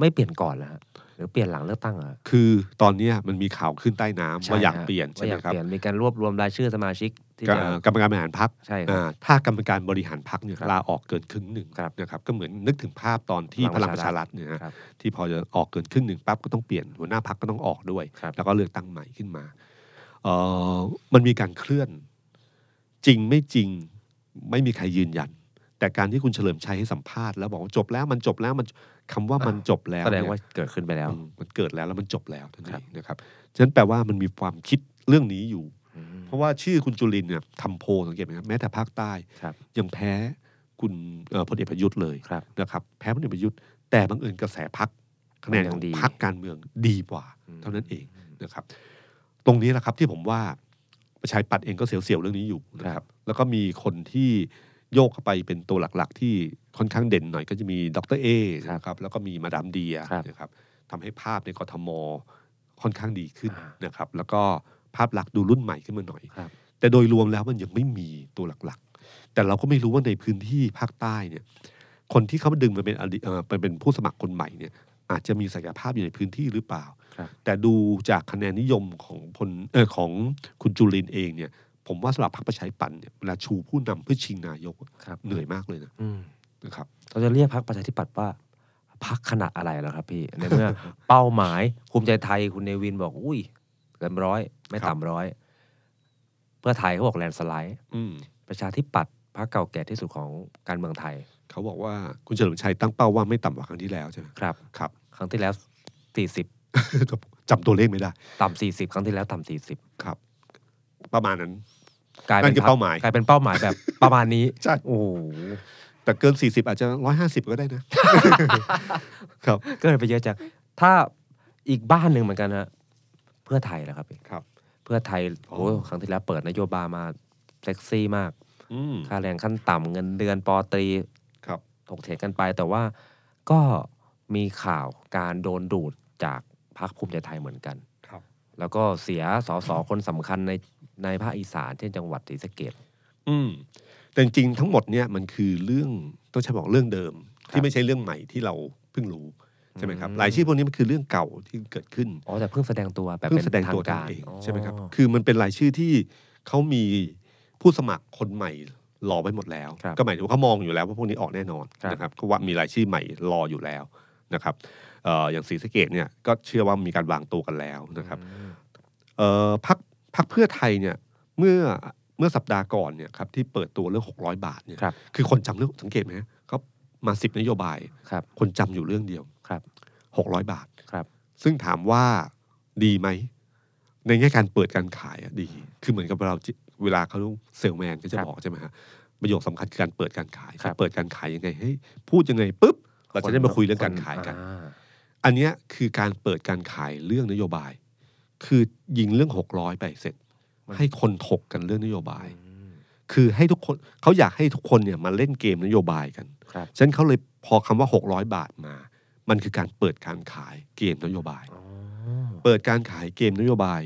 S3: ไม่เปลี่ยนก่อนแล้วหรือเปลี่ยนหลังเลือกตั้งเหรอ
S2: คือตอนเนี้ยมันมีข่าวขึ้นใต้น้ำ
S3: ใช่
S2: ว่า
S3: ฮะ
S2: อยากเปลี่ยนใช่ไหม
S3: ว่าอยาก
S2: ครับ
S3: เปลี่ยนมีการรวบรวมรายชื่อสมาชิกที่
S2: ก
S3: จะ
S2: กรรมการบริหารพัก
S3: ใช่ครับ
S2: ถ้ากรรมการบริหารพักเนี่ย
S3: ครับ
S2: ลาออกเกินครึ่งหนึ่ง
S3: ครับ
S2: นะครับก็เหมือนนึกถึงภาพตอนที่พ
S3: พลั
S2: ลัง
S3: ง
S2: ป
S3: ประ ระ
S2: ชา
S3: ชารั
S2: รัฐ
S3: ฐ
S2: เนี่ยฮะ
S3: ครับ
S2: ที่พอจะออกเกินครึ่งหนึ่งปั๊บก็ต้องเปลี่ยนหัวหน้าพักก็ต้องออกด้วย
S3: ครับ
S2: แล้วก็เลือกตั้งใหม่ขึ้นมาเออมันมีการเคลื่อน จริงไม่จริงไม่มีใครยืนยัน แต่การที่คุณเฉลิมชัยให้สัมภาษณ์แล้วบอกว่าจบแล้วมันจบแล้วมันคำว่ามันจบแล้ว
S3: แสดง
S2: เนี่ย
S3: ว่าเกิดขึ้นไปแล้ว
S2: อืมมันเกิดแล้วแล้วมันจบแล้วนั่น
S3: ค
S2: เอ
S3: รับ
S2: งนะครับ ฉะนั้นแปลว่ามันมีความคิดเรื่องนี้อยู่
S3: อืม
S2: เพราะว่าชื่อคุณจุลินเนี่ยทำโพลสังเกตไหมครับแม้แต่ภาคใต้
S3: ครับ
S2: ยังแพ้คุณเอ่อพลเอกประยุทธ์เลย
S3: ครับ
S2: นะครับแพ้พลเอกประยุทธ์แต่บังเอิญกระแสพักคะแนนข
S3: มันยั
S2: อง ง
S3: ดี
S2: พักการเมืองดีกว่า เท่านั้นเองนะครับ ตรงนี้แหละครับที่ผมว่าประชาธิปัตย์เองก็เสียวๆเรื่องนี้อยู่นะครับ แล้วก็มีคนที่โยกเข้าไปเป็นตัวหลักๆ ที่ค่อนข้างเด่นหน่อยก็จะมีดรเอ
S3: ครับ
S2: นะครับแล้วก็มีมาดามเดีย
S3: ครับ
S2: นะครับทำให้ภาพในกทมค่อนข้างดีขึ้น
S3: อ่า
S2: นะครับ แล้วก็ภาพลักษณ์ดูรุ่นใหม่ขึ้นมาหน่อย
S3: ครับ
S2: แต่โดยรวมแล้วมันยังไม่มีตัวหลักๆ แต่เราก็ไม่รู้ว่าในพื้นที่ภาคใต้เนี่ย คนที่เขาดึงมาเป็นอดีเอ่อไปเป็นผู้สมัครคนใหม่เนี่ย อาจจะมีศักยภาพอยู่ในพื้นที่หรือเปล่า
S3: ครับ
S2: แต่ดูจากคะแนนนิยมของพลเออของคุณจุลินเองเนี่ย ผมว่าสำหรับพรรคประชาธิปัตย์เนี่ยเวลาชูผู้นำเพื่อชิงนายกอะ
S3: ครับ
S2: เหนื่อยมากเลยนะ
S3: อืม
S2: นะครับ
S3: เราจะเรียกพักประชาธิปัตย์ว่าพักขนาดอะไรแล้วครับพี่ ในเมื่อ เป้าหมายภูมิใจไทยคุณเนวินบอก อุ้ยเกินร้อย ไม่
S2: ครับ
S3: ต่ำร้อย เพื่อไทยเขาบอกแลนด์สไลด์
S2: อืม
S3: ประชาธิปัตย์พักเก่าแก่ที่สุดของการเมืองไทย
S2: เขาบอกว่าคุณเฉลิมชัยตั้งเป้าว่าไม่ต่ำกว่าครั้งที่แล้วใช่ไหม
S3: ครับ
S2: ครับ (laughs)
S3: ครั้งที่แล้วสี่สิบ
S2: จำตัวเลขไม่ได้
S3: ต่ำสี่สิบครั้งที่แล้วต่ำสี่สิบ
S2: ครับ ประมาณนั้น
S3: กลาย
S2: นั่
S3: เป็น
S2: นคือ
S3: พรร
S2: เป้าหมาย
S3: กลายเป็นเป้าหมายแบบ ประมาณนี้
S2: ใช่
S3: โอ้โห
S2: แต่เกิน 40 อาจจะ 150 ก็ได้นะ (laughs) ครับ
S3: เกินไปเยอะจังถ้าอีกบ้านหนึ่งเหมือนกันฮะเพื่อไทยแหละครับพี่
S2: ครับ
S3: เพื่อไทย
S2: อ๋อ
S3: โอ้ครั้งที่แล้วเปิดนโยบายมาเซ็กซี่มาก
S2: อืม
S3: ค่าแรงขั้นต่ำเงินเดือนปอตรี
S2: ครับ
S3: ถกเถียงกันไป แต่ว่าก็มีข่าวการโดนดูดจากพรรคภูมิใจไทยเหมือนกัน
S2: ครับ
S3: แล้วก็เสียสสคนสำคัญในในภาคอีสานเช่นจังหวัดศรีสะเกด
S2: อืมแต่จริงๆทั้งหมดเนี่ยมันคือเรื่องต้องใช้บอกเรื่องเดิม ที่ไม่ใช่เรื่องใหม่ที่เราเพิ่งรู้ใช่ไหมครับ
S3: อืม
S2: รายชื่อพวกนี้มันคือเรื่องเก่าที่เกิดขึ้น
S3: อ๋อแต่เพิ่งแสดงตัวแบบ
S2: เพิ่
S3: เป็
S2: ง
S3: น
S2: แสดง
S3: ทา
S2: ตัว
S3: ง
S2: กั
S3: กาน ร
S2: เองใช่ไหมครับ
S3: อ๋อ
S2: คือมันเป็นรายชื่อที่เขามีผู้สมัครคนใหม่รอไว้หมดแล้ว
S3: ครับ
S2: ก็หมายถึงว่าเขามองอยู่แล้วว่าพวกนี้ออกแน่นอน
S3: ครับ
S2: นะครับก็ว่ามีรายชื่อใหม่รออยู่แล้วนะครับเอ่ออย่างศรีสะเกดเนี่ยก็เชื่อว่ามีการวางตัวกันแล้วนะครับ
S3: อืม
S2: เอ่อพักพักเพื่อไทยเนี่ยเมื่อเมื่อสัปดาห์ก่อนเนี่ยครับที่เปิดตัวเรื่อง 600 บาทเนี่ย
S3: ครับ
S2: อคนจำเรื่องสังเกตไหมฮะเขามาสิบนโยบาย
S3: ครับ
S2: คนจำอยู่เรื่องเดียว
S3: ครับ
S2: 600 บาท
S3: ครับ
S2: ซึ่งถามว่าดีไหม ในแง่การเปิดการขายอะดี คือเหมือนกับเราจิเวลาเขาเซลแมนก็จะ
S3: ครับ
S2: บอกใช่ไหมฮะประโยคสำคัญคือการเปิดการขาย
S3: ครับ
S2: เปิดการขายยังไงให้พูดยังไงปุ๊บเราจะได้มาคุยเรื่องการขายกัน
S3: อ่
S2: อันเนี้ยคือการเปิดการขายเรื่องนโยบาย คือยิงเรื่องหกร้อยไปเสร็จ ให้คนถกกันเรื่องนโยบาย
S3: อืม
S2: คือให้ทุกคนเขาอยากให้ทุกคนเนี่ยมาเล่นเกมนโยบายกัน
S3: ครับ
S2: ฉะนั้นเขาเลยพอคำว่า 600 บาทมา มันคือการเปิดการขายเกมนโยบาย
S3: อ๋อ
S2: เปิดการขายเกมนโยบาย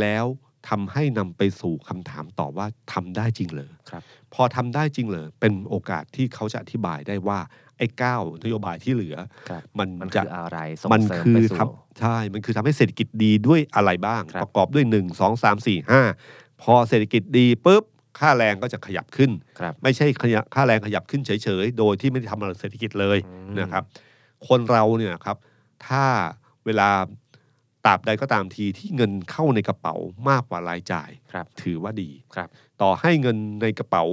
S2: แล้วทำให้นำไปสู่คำถามต่อว่าทำได้จริงเหรอ
S3: ครับ
S2: พอทำได้จริงเหรอ เป็นโอกาสที่เขาจะอธิบายได้ว่าไอ้เก้านโยบายที่เหลือ
S3: ครับ
S2: มัน
S3: มัน
S2: จะ
S3: คืออะไรส่ง
S2: มัน
S3: เสริม
S2: คือ
S3: ไปสู่
S2: ทำใช่ มันคือทำให้เศรษฐกิจดีด้วยอะไรบ้าง
S3: ครับ
S2: ประกอบด้วยหนึ่งสองสามสี่ห้าพอเศรษฐกิจดีปุ๊บ ค่าแรงก็จะขยับขึ้น
S3: ครับ
S2: ไม่ใช่ขยะค่าแรงขยับขึ้นเฉยๆ โดยที่ไม่ได้ทำอะไรเศรษฐกิจเลย
S3: อืม
S2: นะครับ คนเราเนี่ยครับ ถ้าเวลาตราบใดก็ตามทีที่เงินเข้าในกระเป๋ามากกว่ารายจ่าย
S3: ครับ
S2: ถือว่าดี
S3: ครับ
S2: ต่อให้เงินในกระเป๋า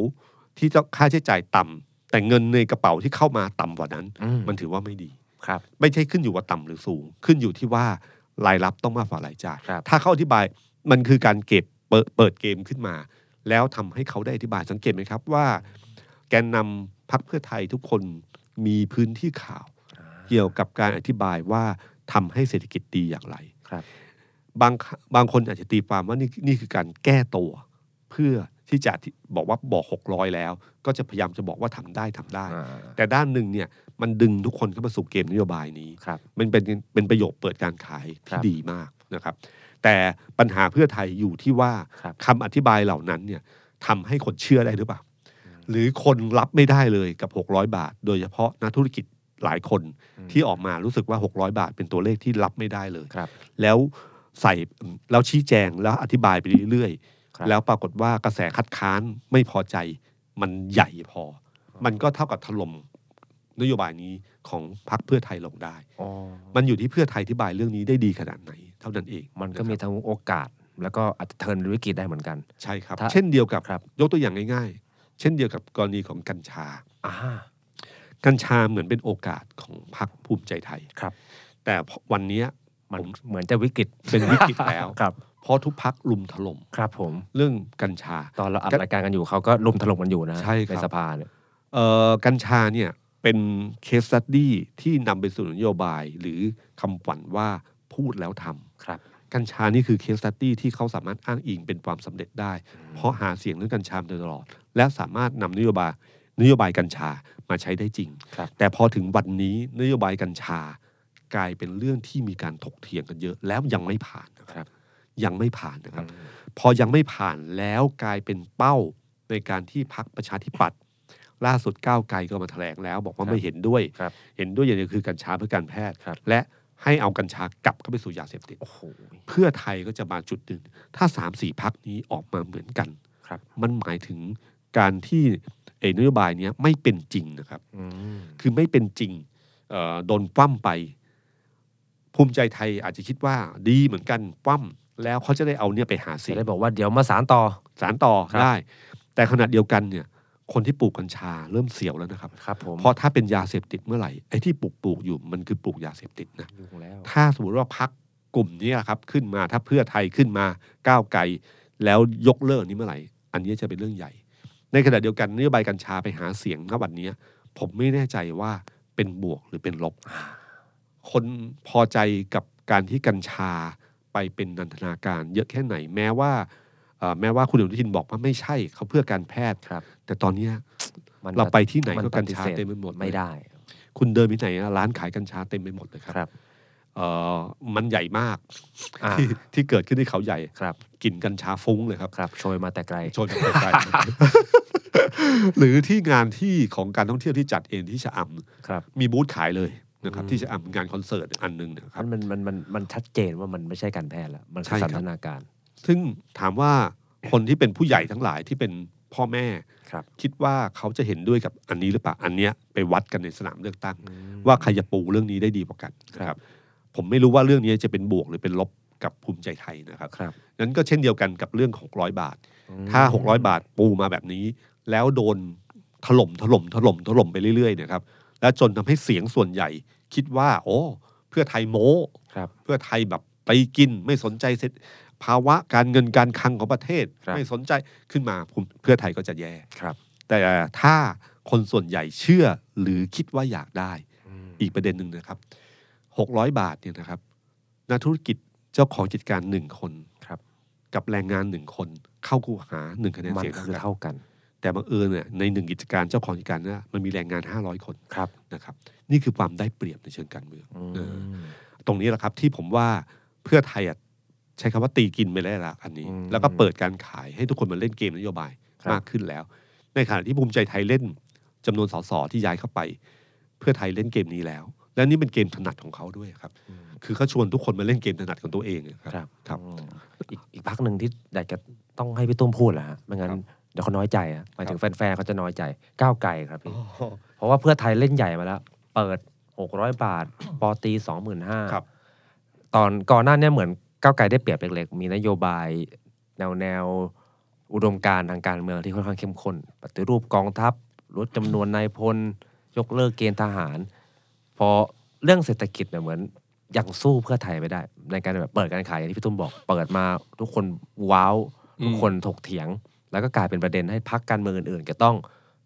S2: ที่จะค่าใช้จ่ายต่ำแต่เงินในกระเป๋าที่เข้ามาต่ำกว่านั้น
S3: อื
S2: มันถือว่าไม่ดี
S3: ครับ
S2: ไม่ใช่ขึ้นอยู่ว่าต่ำหรือสูง ขึ้นอยู่ที่ว่ารายรับต้องมากกว่ารายจ่าย
S3: ครับ
S2: ถ้าเขาอธิบายมันคือการเก็บเปิดเปิดเกมขึ้นมา แล้วทำให้เขาได้อธิบายสังเกตไหมครับว่า แกนนำพักเพื่อไทยทุกคนมีพื้นที่ข่าว เกี่ยวกับการอธิบายว่าทำให้เศรษฐกิจดีอย่างไร
S3: ครับ
S2: บางบางคนอาจจะตีความว่านี่นี่คือการแก้ตัว เพื่อที่จะบอกว่าบอก600แล้ว ก็จะพยายามจะบอกว่าทำได้ทำได้
S3: อ่า
S2: แต่ด้านหนึ่งเนี่ยมันดึงทุกคนเข้ามาสู่เกมนโยบายนี้
S3: ครับ
S2: มันเป็นเป็นประโยคเปิดการขาย
S3: ครั
S2: ที่
S3: บ
S2: ดีมากนะครับ แต่ปัญหาเพื่อไทยอยู่ที่ว่า
S3: ครับ
S2: คำอธิบายเหล่านั้นเนี่ยทำให้คนเชื่อได้หรือเปล่า หรือคนรับไม่ได้เลยกับ 600 บาท โดยเฉพาะนักธุรกิจหลายคน
S3: อืม
S2: ที่ออกมารู้สึกว่า 600 บาทเป็นตัวเลขที่รับไม่ได้เลย
S3: ครับ
S2: แล้วใส่แล้วชี้แจงแล้วอธิบายไปเรื่อย
S3: ครับ
S2: ๆ แล้วปรากฏว่ากระแสคัดค้านไม่พอใจ มันใหญ่พอ มันก็เท่ากับถล่มนโยบายนี้ของพรรคเพื่อไทยลงได้
S3: อ๋อ
S2: มันอยู่ที่เพื่อไทยอธิบายเรื่องนี้ได้ดีขนาดไหน เท่านั้นเอง
S3: มันก็มี
S2: ะครับ
S3: ทั้งโอกาส แล้วก็อาจจะเทิร์นวิกฤตได้เหมือนกัน
S2: ใช่ครับ
S3: ถ้า
S2: เช่นเดียวกับ
S3: ครับ
S2: ยกตัวอย่างง่ายๆ เช่นเดียวกับกรณีของกัญชา
S3: อ่า
S2: กัญชาเหมือนเป็นโอกาสของพรรคภูมิใจไทย
S3: ครับ
S2: แต่วันเนี้ย
S3: มันเหมือนจะวิกฤต
S2: เป็นวิกฤตแล้ว
S3: ครับ
S2: เพราะทุกพักลุมถล่ม
S3: ครับผม
S2: เรื่องกัญชา
S3: ตอนเราอัดรายการกันอยู่เขาก็ลุมถล่มกันอยู่นะฮะ
S2: ใช่ครับ
S3: สภาเนี่ย
S2: เอ่อกัญชาเนี่ยเป็นเคสสตดี้ที่นำไปสู่นโยบาย หรือคำฝันว่าพูดแล้วท
S3: ครับ
S2: ำกัญชานี่คือเคสสตดี้ที่เขาสามารถอ้างอิงเป็นความสำเร็จได้ เพราะหาเสียงเรื่องกัญชามาโดยตลอด และสามารถนำนโยบายนโยบายกัญชามาใช้ได้จริง
S3: ครับ
S2: แต่พอถึงวันนี้นโยบายกัญชากลายเป็นเรื่องที่มีการถกเถียงกันเยอะ แล้วยังไม่ผ่านนะครับ ยังไม่ผ่านนะครับ
S3: อืม
S2: พอยังไม่ผ่านแล้วกลายเป็นเป้าในการที่พักประชาธิปัตย์ล่าสุดก้าวไกลก็มาแถลงแล้ว บอกว่า
S3: ครับ
S2: ไม่เห็นด้วย
S3: ครับ
S2: เห็นด้วยอย่างเดียวคือกัญชาเพื่อการแพทย์
S3: ครับ
S2: และให้เอากัญชากลับเข้าไปสู่ยาเสพติด
S3: โอ้โห
S2: เพื่อไทยก็จะมาจุดหนึ่งถ้าสามสี่พักนี้ออกมาเหมือนกัน
S3: ครับ
S2: มันหมายถึงการที่เอนโยบายเนี้ยไม่เป็นจริงนะครับ
S3: อืม
S2: คือไม่เป็นจริงเอ่อโดนปั้มไป ภูมิใจไทยอาจจะคิดว่าดีเหมือนกันปั้มแล้วเขาจะได้เอาเนี่ยไปหาเสีย
S3: จะ
S2: ง
S3: ได้บอกว่าเดี๋ยวมาสารต่อ
S2: สารต่อ
S3: ครับ
S2: ได้ แต่ขณะเดียวกันเนี่ย คนที่ปลูกกัญชาเริ่มเสียวแล้วนะครับ
S3: ครับผม
S2: เพราะถ้าเป็นยาเสพติดเมื่อไหร่ไอ้ที่ปลูกปลูกอยู่มันคือปลูกยาเสพติดนะ
S3: ยุ่งแล้ว
S2: ถ้าสมมติว่าพักกลุ่มนี้อะครับขึ้นมาถ้าเพื่อไทยขึ้นมาก้าวไกลแล้วยกเลิกนี้เมื่อไหร่ อันนี้จะเป็นเรื่องใหญ่ ในขณะเดียวกันนโยบายกัญชาไปหาเสียงณวันนี้ผมไม่แน่ใจว่าเป็นบวกหรือเป็นลบ คนพอใจกับการที่กัญชาไปเป็นนันทนาการ เยอะแค่ไหนแม้ว่าเอ่อแม้ว่าคุณอนุทินบอกว่าไม่ใช่เขาเพื่อการแพทย์
S3: ครับ
S2: แต่ตอนเนี้ย
S3: มัน
S2: เราไปที่ไหน
S3: มั
S2: ก็กัญชา
S3: ปฏิสธ
S2: เต็มไปหมดเลย
S3: ไม่ได้
S2: คุณเดินไปไหนอะร้านขายกัญชาเต็มไปหมดเลยค
S3: ครับ รับ
S2: เอ่อมันใหญ่มาก
S3: อ่า
S2: ที่ที่เกิดขึ้นที่เขาใหญ่
S3: ครับ
S2: กลิ่นกัญชาฟุ้งเลยครับ
S3: ครับโชยมาแต่ไกล
S2: ชนกันไปไกล (laughs) หรือที่งานที่ของการท่องเที่ยวที่จัดเองที่ชะอำ
S3: ครับ
S2: มีบูธขายเลยนะครับ ที่ชะอำงานคอนเสิร์ตอันหนึงนะครับ
S3: มันมันมันมันมันชัดเจนว่ามันไม่ใช่การแพทย์แล้ว มัน
S2: ใช่
S3: คือ
S2: ครั
S3: สั
S2: บ
S3: นทนาการ
S2: ซึ่งถามว่าคนที่เป็นผู้ใหญ่ทั้งหลายที่เป็นพ่อแม่
S3: ครับ
S2: คิดว่าเขาจะเห็นด้วยกับอันนี้หรือเปล่า อันเนี้ยไปวัดกันในสนามเลือกตั้ง ว่าใครจะปูเรื่องนี้ได้ดีกว่ากันนะครับ ผมไม่รู้ว่าเรื่องนี้จะเป็นบวกหรือเป็นลบกับภูมิใจไทยนะครับ
S3: ครับ
S2: นั้นก็เช่นเดียวกันกับเรื่องของร้อยบาท ถ้า 600 บาทปูมาแบบนี้ แล้วโดนถล่มถล่มถล่มถล่มไปเรื่อยๆเนะครับ และจนทำให้เสียงส่วนใหญ่ คิดว่า โอ้เพื่อไทยโม
S3: ครับ
S2: เพื่อไทยแบบไปกินไม่สนใจเสร็จภาวะการเงินการคลังของประเทศ
S3: ครับ
S2: ไม่สนใจขึ้นมาผมเพื่อไทยก็จะแย่
S3: ครับ
S2: แต่ถ้าคนส่วนใหญ่เชื่อหรือคิดว่าอยากได้
S3: อีก
S2: อีกประเด็นหนึ่งนะครับ 600 บาทเนี่ยนะครับนักธุรกิจเจ้าของกิจการหนึ่งคน
S3: ครับ
S2: กับแรงงานหนึ่งคนเข้าคูหาหนึ่งคะแนน
S3: มัน
S2: เสียง
S3: คือ
S2: เท่ากัน
S3: เท่ากัน
S2: แต่บังเอิญเนี่ยในหนึ่งกิจการเจ้าของกิจการเนี่ยมันมีแรงงาน 500 คน
S3: ครับ
S2: นะครับ นี่คือความได้เปรียบในเชิงการเมือง
S3: อืม
S2: เออ ตรงนี้แหละครับที่ผมว่าเพื่อไทยอะใช้คำว่าตีกินไปแล้วละอันนี้
S3: อืม
S2: แล้วก็เปิดการขายให้ทุกคนมาเล่นเกมนโยบาย
S3: ครับ
S2: มากขึ้นแล้ว ในขณะที่ภูมิใจไทยเล่นจำนวนสสที่ย้ายเข้าไป เพื่อไทยเล่นเกมนี้แล้ว และนี่เป็นเกมถนัดของเขาด้วยครับ คือเขาชวนทุกคนมาเล่นเกมถนัดของตัวเองอะครับ
S3: ครับ
S2: ครับ
S3: อืมอีกอีกพักหนึ่งที่อยากจะต้องให้พี่ตุ้มพูดแหละฮะไม่งั้น
S2: ครับ
S3: ดี๋ยวเขาน้อยใจอะหมายถึงแฟนๆเขาจะน้อยใจก้าวไกลครับพี่
S2: อ๋อ
S3: เพราะว่าเพื่อไทยเล่นใหญ่มาแล้ว เปิด 600 บาท ปอตี25,000
S2: ครับ
S3: ตอนก่อนหน้าเนี้เหมือนก้าวไกลได้เปรียบเล็กๆ มีนโยบายแนวแนวอุดมการณ์ทางการเมืองที่ค่อนข้างเข้มข้นปฏิรูปกองทัพ ลดจำนวนนายพล ยกเลิกเกณฑ์ทหาร พอเรื่องเศรษฐกิจเนี่ยเหมือนยังสู้เพื่อไทยไม่ได้ ในการแบบเปิดการขายอย่างที่พี่ตุ้มบอก เปิดมาทุกคนว้าว
S2: อืม
S3: ทุกคนถกเถียง แล้วก็กลายเป็นประเด็นให้พักการเมืองอื่นๆจะต้อง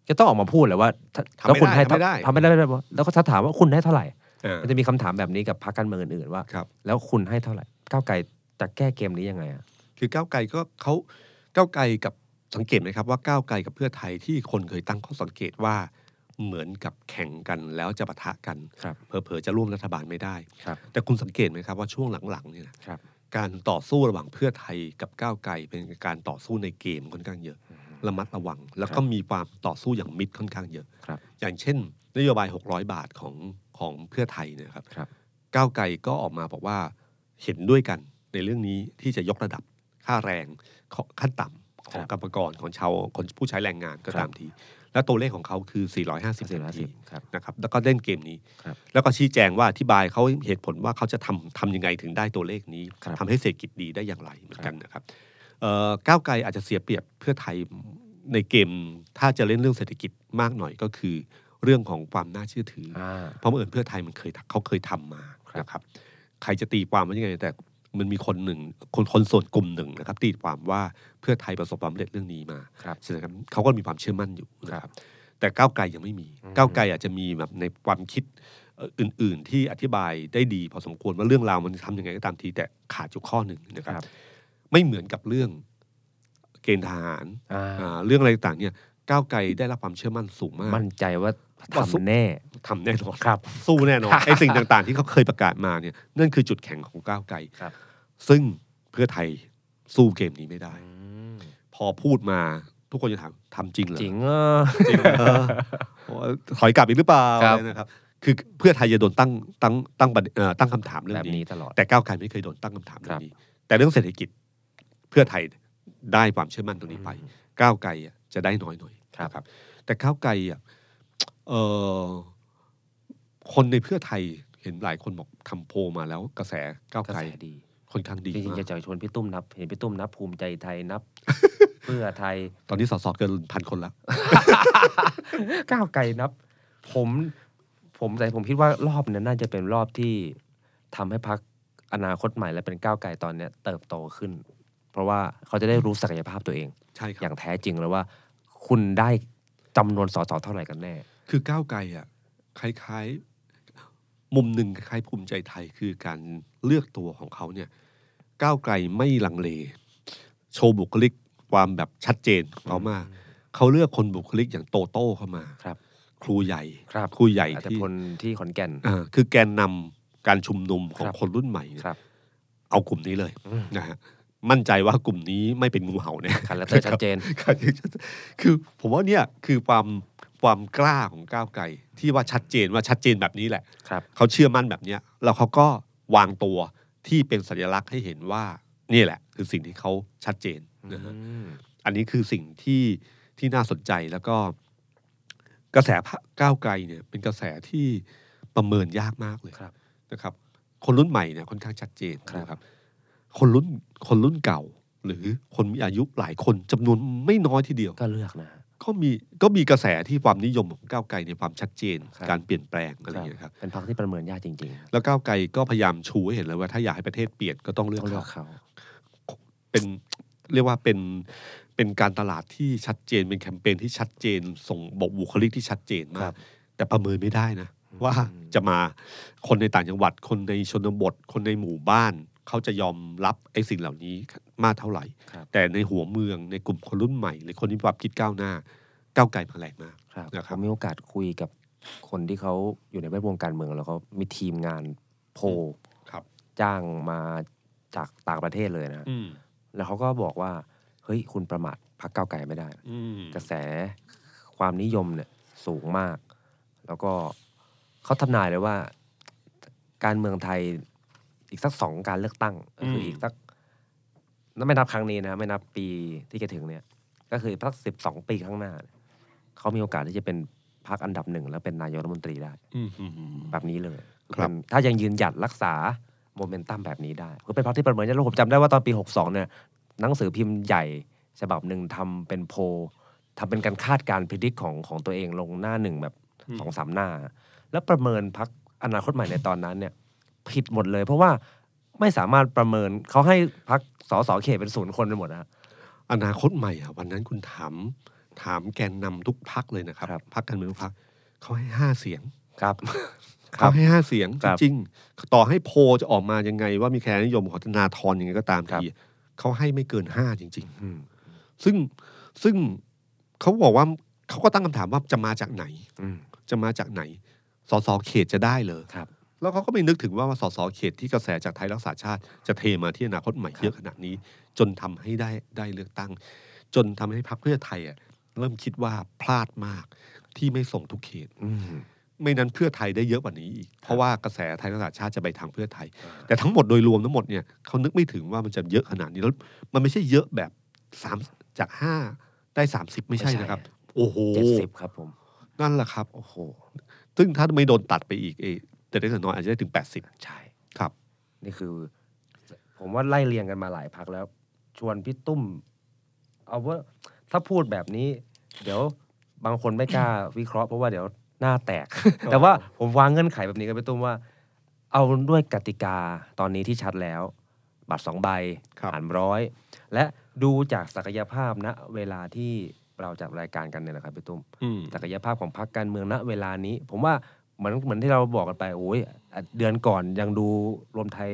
S3: จะต้องออกมาพูดแหละว่าถ้า
S2: ทำไม่ได้
S3: แล้วคุณให้
S2: ทำไม่ได้
S3: ทำไม่ได้แล้วแล้วก็ถ้าถามว่าคุณให้เท่าไหร่
S2: อ่า
S3: มันจะมีคำถามแบบนี้กับพรรคการเมืองอื่นๆว่า
S2: ครับ
S3: แล้วคุณให้เท่าไหร่ก้าวไกลจะแก้เกมนี้ยังไงอะ
S2: คือก้าวไกลก็เขาก้าวไกลกับสังเกตไหมครับว่าก้าวไกลกับเพื่อไทยที่คนเคยตั้งข้อสังเกตว่าเหมือนกับแข่งกันแล้วจะปะทะกัน
S3: ครับ
S2: เผลอๆจะร่วมรัฐบาลไม่ได้
S3: ครับ
S2: แต่คุณสังเกตไหมครับว่าช่วงหลังๆเนี่ยนะครับ การต่อสู้ระหว่างเพื่อไทยกับก้าวไกลเป็นการต่อสู้ในเกมค่อนข้างเยอะ ระมัดระวัง แล้วก็มีความต่อสู้อย่างมิดค่อนข้างเยอะ
S3: ครับ
S2: อย่างเช่น นโยบาย 600 บาทของของเพื่อไทยเนยครับ
S3: ครับ
S2: ก้าวไกลก็ออกมาบอกว่าเห็นด้วยกันในเรื่องนี้ที่จะยกระดับค่าแรงของขั้นต่ำของ
S3: ค
S2: ก
S3: รับ
S2: รรมกรของชาวคนผู้ใช้แรงงานก็
S3: ครับ
S2: ตามที แล้วตัวเลขของเขาคือ 450
S3: สี่ร้อย
S2: นา
S3: สิ
S2: ที
S3: บครับ
S2: นะครับแล้วก็เล่นเกมนี้
S3: ครับ
S2: แล้วก็ชี้แจงว่าอธิบายเขาเหตุผลว่าเขาจะทำทำยังไงถึงได้ตัวเลขนี้
S3: ครับ
S2: ทำให้เศรษฐกิจดีได้อย่างไรเหมือนกันนะครับเอ่อก้าวไกลอาจจะเสียเปรียบเพื่อไทยในเกม ถ้าจะเล่นเรื่องเศรษฐกิจมากหน่อยก็คือ เรื่องของความน่าเชื่อถืออ
S3: อ่า
S2: เพราะบังเอิญเพื่อไทยมันเคยเขาเคยทำมา
S3: ครับ
S2: นะครับ ใครจะตีความว่ายังไงแต่มันมีคนหนึ่งคนคนส่วนกลุ่มหนึ่งนะครับ ตีความว่าเพื่อไทยประสบความสำเร็จเรื่องนี้มา
S3: ครับ
S2: ฉะนั้นเขาก็มีความเชื่อมั่นอยู่นะครับ แต่ก้าวไกลยังไม่มี
S3: อืม
S2: ก้าวไกลอาจจะมีแบบในความคิดเอ่ออื่น ๆ ที่อธิบายได้ดีพอสมควรว่าเรื่องราวมันทำยังไงก็ตามทีแต่ขาดอยู่ข้อหนึ่งนะค
S3: ครับ รับ
S2: ไม่เหมือนกับเรื่องเกณฑ์ทหาร
S3: อ่า
S2: อ่าเรื่องอะไรต่างๆเนี่ย ก้าวไกลได้รับความเชื่อมั่นสูงมาก
S3: มั่นใจว่า
S2: ว่าสู้
S3: ทำแน่
S2: ทำแน่นอน
S3: ครับ
S2: สู้แน่นอน ไอ้สิ่งต่างๆ ที่เขาเคยประกาศมาเนี่ยนั่นคือจุดแข็งของก้าวไกล
S3: ครับ
S2: ซึ่งเพื่อไทยสู้เกมนี้ไม่ได้
S3: อืม
S2: พอพูดมาทุกคนจะถามทำจริงเหรอ
S3: จริงเออ
S2: เออถอยกลับอีกหรือเปล่า
S3: ครับ
S2: อะไรนะครับ คือเพื่อไทยจะโดนตั้งตั้งตั้งประเด็นเอ่อตั้งคำถามเรื่อ
S3: แบ
S2: ง
S3: บ
S2: นี้
S3: นี้ตลอด
S2: แต่ก้าวไกลไม่เคยโดนตั้งคำถามเรื่อง
S3: ครับ
S2: นี้ แต่เรื่องเศรษฐกิจเพื่อไทยได้ความเชื่อมั่นตรงนี้ไป
S3: อืม
S2: ก้าวไกลอ่ะจะได้น้อยหน่อย
S3: ครับ
S2: นะครับ แต่ก้าวไกลอ่ะเอ่อคนในเพื่อไทยเห็นหลายคนบอกทำโพลมาแล้ว กระแสก้าว
S3: กระ
S2: ไกล
S3: แสดี
S2: ค่อนข้างดี
S3: จริง
S2: มา
S3: ๆจะ
S2: ก
S3: จอยชวนพี่ตุ้มนับ เห็นพี่ตุ้มนับภูมิใจไทยนับ เพื่อไทย
S2: ตอนนี้สสเกินพันคนแล้ว
S3: ก้าวไกลนับ ผมผมแต่ผมคิดว่ารอบนั้นน่าจะเป็นรอบที่ทำให้พักอนาคตใหม่และเป็นก้าวไกลตอนเนี้ยเติบโตขึ้น เพราะว่าเขาจะได้รู้ศักยภาพตัวเอง
S2: ใช่ครั
S3: อ
S2: บ
S3: ย่างแท้จริงแล้วว่า คุณได้จำนวนสสเท่าไหร่กันแน่
S2: คือก้าวไกลอ่ะคล้ายๆ มุมหนึ่งคล้ายๆภูมิใจไทยคือการเลือกตัวของเขาเนี่ย ก้าวไกลไม่ลังเล โชว์บุคลิกความแบบชัดเจนของเขามากเขาเลือกคนบุคลิกอย่างโตโต้เข้ามา
S3: ครับ
S2: ครูใหญ่
S3: ครับ
S2: ครูใหญ่
S3: อาจจะ
S2: ที่
S3: พลที่ขอนแก่น
S2: อ่าคือแกนนำการชุมนุมของ
S3: ครับ
S2: คนรุ่นใหม่เนี่ย
S3: ครับ
S2: เอากลุ่มนี้เลย
S3: อืม
S2: นะฮะมั่นใจว่ากลุ่มนี้ไม่เป็นงูเห่าแน่ (laughs)
S3: คาแรคเตอร์ชัดเจน
S2: คือผมว่าเนี่ยคือความความกล้าของก้าวไกลที่ว่าชัดเจนว่าชัดเจนแบบนี้แหละ
S3: ครับ
S2: เขาเชื่อมั่นแบบเนี้ยแล้วเขาก็วางตัวที่เป็นสัญลักษณ์ให้เห็นว่านี่แหละ คือสิ่งที่เขาชัดเจนนะฮะ
S3: อืม
S2: อันนี้คือสิ่งที่ที่น่าสนใจแล้วก็ กระแสพรรคก้าวไกลเนี่ย เป็นกระแสที่ประเมินยากมากเลย
S3: ครับ
S2: นะครับ คนรุ่นใหม่เนี่ยค่อนข้างชัดเจน
S3: ครับ
S2: นะครับ คนรุ่นคนรุ่นเก่า หรือคนมีอายุหลายคนจำนวนไม่น้อยทีเดียว
S3: ก็เลือกนะฮะ
S2: ก็มีก็มีกระแสที่ความนิยมของก้าวไกลในความชัดเจน การเปลี่ยนแปลงอะไรอย่างเงี้ยครับ
S3: เป็นพักที่ประเมินยากจริงๆ
S2: แล้วก้าวไกลก็พยายามชูให้เห็นเลยว่าถ้าอยากให้ประเทศเปลี่ยนก็ต้องเลือก
S3: ต้องเลื
S2: เขา
S3: อกเขา
S2: เป็นเรียกว่าเป็นเป็นการตลาดที่ชัดเจนเป็นแคมเปญที่ชัดเจน ส่งบอกบุคลิกที่ชัดเจน
S3: ค
S2: มา
S3: รั
S2: ก
S3: บ
S2: แต่ประเมินไม่ได้นะ ว่า
S3: อืม
S2: จะมาคนในต่างจังหวัด คนในชนบท คนในหมู่บ้าน เขาจะยอมรับไอ้สิ่งเหล่านี้มากเท่าไหร่
S3: ครับ
S2: แต่ในหัวเมืองในกลุ่มคนรุ่นใหม่ หรือคนที่มีความคิดก้าวหน้า ก้าวไกลมาแรงมาก
S3: ครับ
S2: นะค
S3: ผ
S2: รับ
S3: มมีโอกาสคุยกับคนที่เขาอยู่ในแวดวงการเมืองแล้วเขามีทีมงานโพล
S2: ครับ
S3: จ้างมาจากต่างประเทศเลยนะ
S2: อืม
S3: แล้วเขาก็บอกว่า เฮ้ย คุณประมาทพักเก้าวไกลไม่ได้
S2: อืม
S3: กระแสความนิยมเนี่ยสูงมาก แล้วก็เขาทำนายเลยว่า การเมืองไทยอีกสักสองการเลือกตั้งก็คืออีกสักไม่นับครั้งนี้นะไม่นับปีที่จะถึงเนี่ย ก ก็คือพักสิบสองปีข้างหน้าเนี่ยเขามีโอกาสที่จะเป็นพักอันดับหนึ่งแล้วเป็นนายกรัฐมนตรีได้
S2: อืมอืม
S3: แบบนี้เลย
S2: ครับ
S3: เป็นถ้ายังยืนหยัดรักษาโมเมนตัมแบบนี้ได้ก็เป็นพรรคที่ประเมินยากแล้วผมจำได้ว่าตอนปี 62 เนี่ย หนังสือพิมพ์ใหญ่ฉบับหนึ่งทำเป็นโพลทำเป็นการคาดการณ์พิจิตของของตัวเองลงหน้าหนึ่งแบบสองสามหน้า แล้วประเมินพรรคอนาคตใหม่ในตอนนั้นเนี่ย ผิดหมดเลย เพราะว่าไม่สามารถประเมินเขาให้พรรคสสเขตเป็นศูนย์คนไปหมดนะ
S2: อนาคตใหม่อะวันนั้นคุณถาม ถามแกนนำทุกพักเลยนะครับ
S3: ครับ
S2: พักการเมืองทุกพักเขาให้ห้าเสียง
S3: ครับ
S2: เขาให้ห้าเสียง
S3: ครับ
S2: จริงๆต่อให้โพลจะออกมายังไง ว่ามีคะแนนนิยมของธนาธรยังไงก็ตามทีเขาให้ไม่เกินห้าจริง
S3: อืม
S2: ๆ ซึ่งซึ่งเขาบอกว่าเขาก็ตั้งคำถามว่าจะมาจากไหน
S3: อืม
S2: จะมาจากไหนสสเขตจะได้เลย
S3: ครับ
S2: แล้วเขาก็ไม่นึกถึงว่าสสเขตที่กระแสจากไทยรักษาชาติ จะเทมาที่อนาคตใหม่
S3: ครับ
S2: เยอะขนาดนี้ จนทำให้ได้ได้เลือกตั้ง จนทำให้พรรคเพื่อไทยอะเริ่มคิดว่าพลาดมากที่ไม่ส่งทุกเขต
S3: อืม
S2: ไม่นั้นเพื่อไทยได้เยอะกว่านี้อีก เพราะว่ากระแสไทยรักษาชาติจะไปทางเพื่อไทย แต่ทั้งหมดโดยรวมทั้งหมดเนี่ยเขานึกไม่ถึงว่ามันจะเยอะขนาดนี้แล้วมันไม่ใช่เยอะแบบสามจากห้าได้สามสิบไม่ใช่
S3: ไม่ใช่
S2: นะครับ โอ้โห
S3: เจ็ดสิบครับผม
S2: นั่นแหละครับ
S3: โอ้โห
S2: ซึ่งถ้าไม่โดนตัดไปอีกเอแต่ได้ส่วนน้อยอาจจะได้ถึง 80
S3: ใช่
S2: ครับ
S3: นี่คือ ผมว่าไล่เรียงกันมาหลายพักแล้ว ชวนพี่ตุ้ม เอาว่าถ้าพูดแบบนี้ เดี๋ยวบางคนไม่กล้า วิเคราะห์เพราะว่าเดี๋ยวหน้าแต
S2: (laughs)
S3: ก แต่ว่าผมวางเงื่อนไขแบบนี้กับพี่ตุ้มว่า เอาด้วยกติกาตอนนี้ที่ชัดแล้ว บัตรสองใบ
S2: ครับ
S3: หารร้อย และดูจากศักยภาพณเวลาที่เราจัดรายการกันเนี่ยนะครับพี่ตุ้ม
S2: อืม
S3: ศักยภาพของพรรคการเมืองณเวลานี้ ผมว่าเหมือนเหมือนที่เราบอกกันไปโอ้ยอ่ะเดือนก่อนยังดูรวมไทย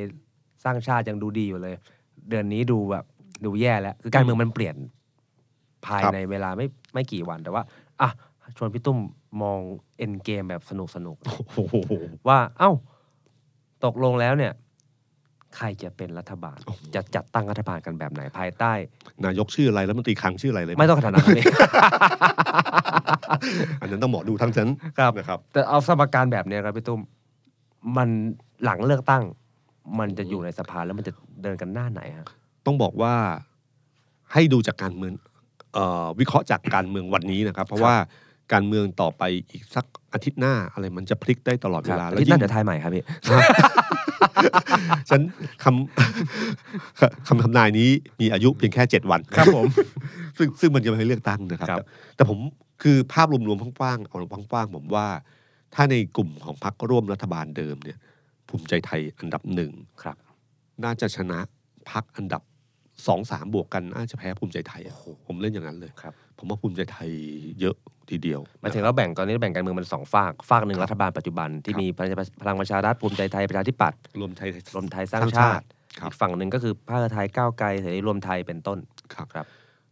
S3: สร้างชาติยังดูดีอยู่เลย เดือนนี้ดูแบบดูแย่แล้ว คือการเมืองมันเปลี่ยนภาย
S2: ครับ
S3: ในเวลาไม่ไม่กี่วันแต่ว่าอ่ะชวนพี่ตุ้มมองเอ็นเกมแบบสนุกสนุก
S2: โอ้โห
S3: ๆว่า เอ้า ตกลงแล้วเนี่ย ใครจะเป็นรัฐบาล จะจัดตั้งรัฐบาลกันแบบไหนภายใต้
S2: นายกชื่ออะไรแล้วมนตรีคลังชื่ออะไร (laughs) เลย
S3: ไม่ต้องขนาดนั้นเลย
S2: อันนั้นต้องหมอดูทั้งนั้น
S3: ครับ
S2: นะครับ
S3: แต่เอาสมการแบบเนี้ยครับพี่ตุ้มมันหลังเลือกตั้ง มันจะอยู่ในสภาแล้วมันจะเดินกันหน้าไหนฮะ
S2: ต้องบอกว่าให้ดูจากการเมืองเอ่อวิเคราะห์จากการเมืองวันนี้นะครับ เพ
S3: ค
S2: ราะ
S3: รับ
S2: ว่าการเมืองต่อไปอีกสักอาทิตย์หน้าอะไรมันจะพลิกได้ตลอดเวลา
S3: อา
S2: แล้ว
S3: ทิตย์ห
S2: ยิ่
S3: น้าง เดี๋ยวทายใหม่ครับพี่
S2: ฉัน (laughs) คำ (laughs) คำทำนายนี้มีอายุเพียงแค่เจ็ดวัน
S3: ครับผม
S2: (laughs) ซึ่งซึ่งมันจะไม่ให้เลือกตั้งนะครับ
S3: ครับ
S2: แต่แต่ผมคือภาพรวมๆกว้างๆเอากว้างๆผมว่า ถ้าในกลุ่มของพรรคร่วมรัฐบาลเดิมเนี่ย ภูมิใจไทยอันดับหนึ่ง
S3: ครับ
S2: น่าจะชนะพรรคอันดับสองสามบวกกันน่าจะแพ้ภูมิใจไทยอะผมเล่นอย่างนั้นเลย
S3: ครับ
S2: ผมว่าภูมิใจไทยเยอะทีเดียว
S3: หมายถึงเราแบ่งตอนนี้แบ่งการเมืองมันสองฝากฝากหนึ่ง
S2: ครับ
S3: รัฐบาลปัจจุบันที่มีพลังประชารัฐภูมิใจไทยประชาธิปัตย์
S2: รวมไทย
S3: รวมไทยสร้าง
S2: สร้าง
S3: ชา
S2: ชาติ
S3: ติ
S2: ครับ
S3: อีกฝั่งหนึ่งก็คือพรรคไทยก้าวไกลเสรีรวมไทยเป็นต้น
S2: ครับ
S3: ครับ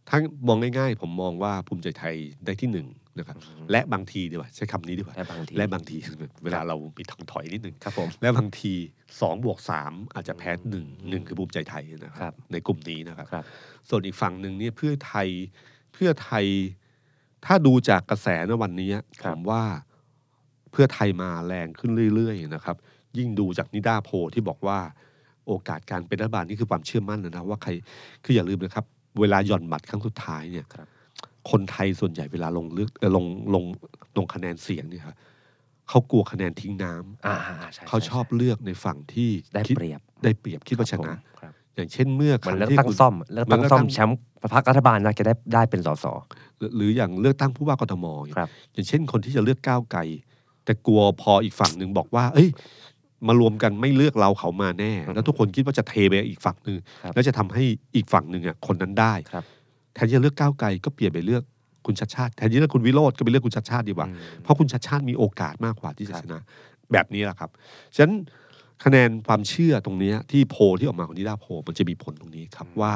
S2: ทั้งมองง่ายๆ ผมมองว่าภูมิใจไทยได้ที่หนึ่งนะครับ และบางทีดีกว่า ใช้คำนี้ดีกว่า
S3: ได้บางที
S2: และบางทีเวลาเรามีทางถอยนิดนึง
S3: ครับผม
S2: และบางทีสองบวกสามอาจจะแพ้หนึ่งหนึ่งคือภูมิใจไทยนะค
S3: ครั
S2: รับ บ ในกลุ่มนี้นะครับ
S3: ครับ
S2: ส่วนอีกฝั่งหนึ่งเนี่ยเพื่อไทยเพื่อไทย ถ้าดูจากกระแสในวันนี้
S3: ค
S2: ผ
S3: รับ
S2: มว่าเพื่อไทยมาแรงขึ้นเรื่อยๆนะครับ ยิ่งดูจากนิด้าโพลที่บอกว่าโอกาสการเป็นรัฐบาลนี่คือความเชื่อมั่นนะว่าใครคืออย่าลืมนะครับ เวลาหย่อนบัตรครั้งสุดท้ายเนี่ย
S3: ครับ
S2: คนไทยส่วนใหญ่เวลาลงเลือกเอ่อลงลงลงคะแนนเสียงเนี่ยครับเขากลัวคะแนนทิ้งน้ำ
S3: อ่าๆใช่
S2: เขาชอบเลือกในฝั่งที่
S3: ได้
S2: คิด
S3: เปรียบ
S2: ได้เปรียบคิดว่าชนะ
S3: ครับ
S2: อย่างเช่นเมื่อ
S3: เหมือน
S2: ค
S3: เลื
S2: รั้
S3: อก
S2: ที่
S3: ตั้ง
S2: คุณ
S3: ซ่อมเลือกตั้ง
S2: เหมือนเลือก
S3: ซ่อ
S2: ตั้
S3: ม
S2: ง
S3: แชมป์พรรครัฐบาลน่าจะได้ได้เป็นสส
S2: หรือหรืออย่างเลือกตั้งผู้ว่ากทมเนี่ย
S3: ครับ
S2: อย่างเช่นคนที่จะเลือกก้าวไกลแต่กลัวพออีกฝั่งหนึ่งบอกว่า เอ้ย มารวมกันไม่เลือกเราเขามาแน่
S3: อืม
S2: แล้วทุกคนคิดว่าจะเทไปอีกฝั่งหนึ่ง
S3: ครับ
S2: แล้วจะทำให้อีกฝั่งหนึ่งอ่ะคนนั้นได้
S3: ครับ
S2: แทนที่จะเลือกก้าวไกลก็เปลี่ยนไปเลือกคุณชัดชาติแทนที่จะเลือกคุณวิโรธก็ไปเลือกคุณชัดชาติดีกว่า
S3: อืม
S2: เพราะคุณชัดชาติมีโอกาสมากกว่าที่จะ
S3: ครับ
S2: ชนะ แบบนี้แหละครับฉะนั้นคะแนนความเชื่อตรงเนี้ยที่โพลที่ออกมาของนิดาโพลมันจะมีผลตรงนี้ครับว่า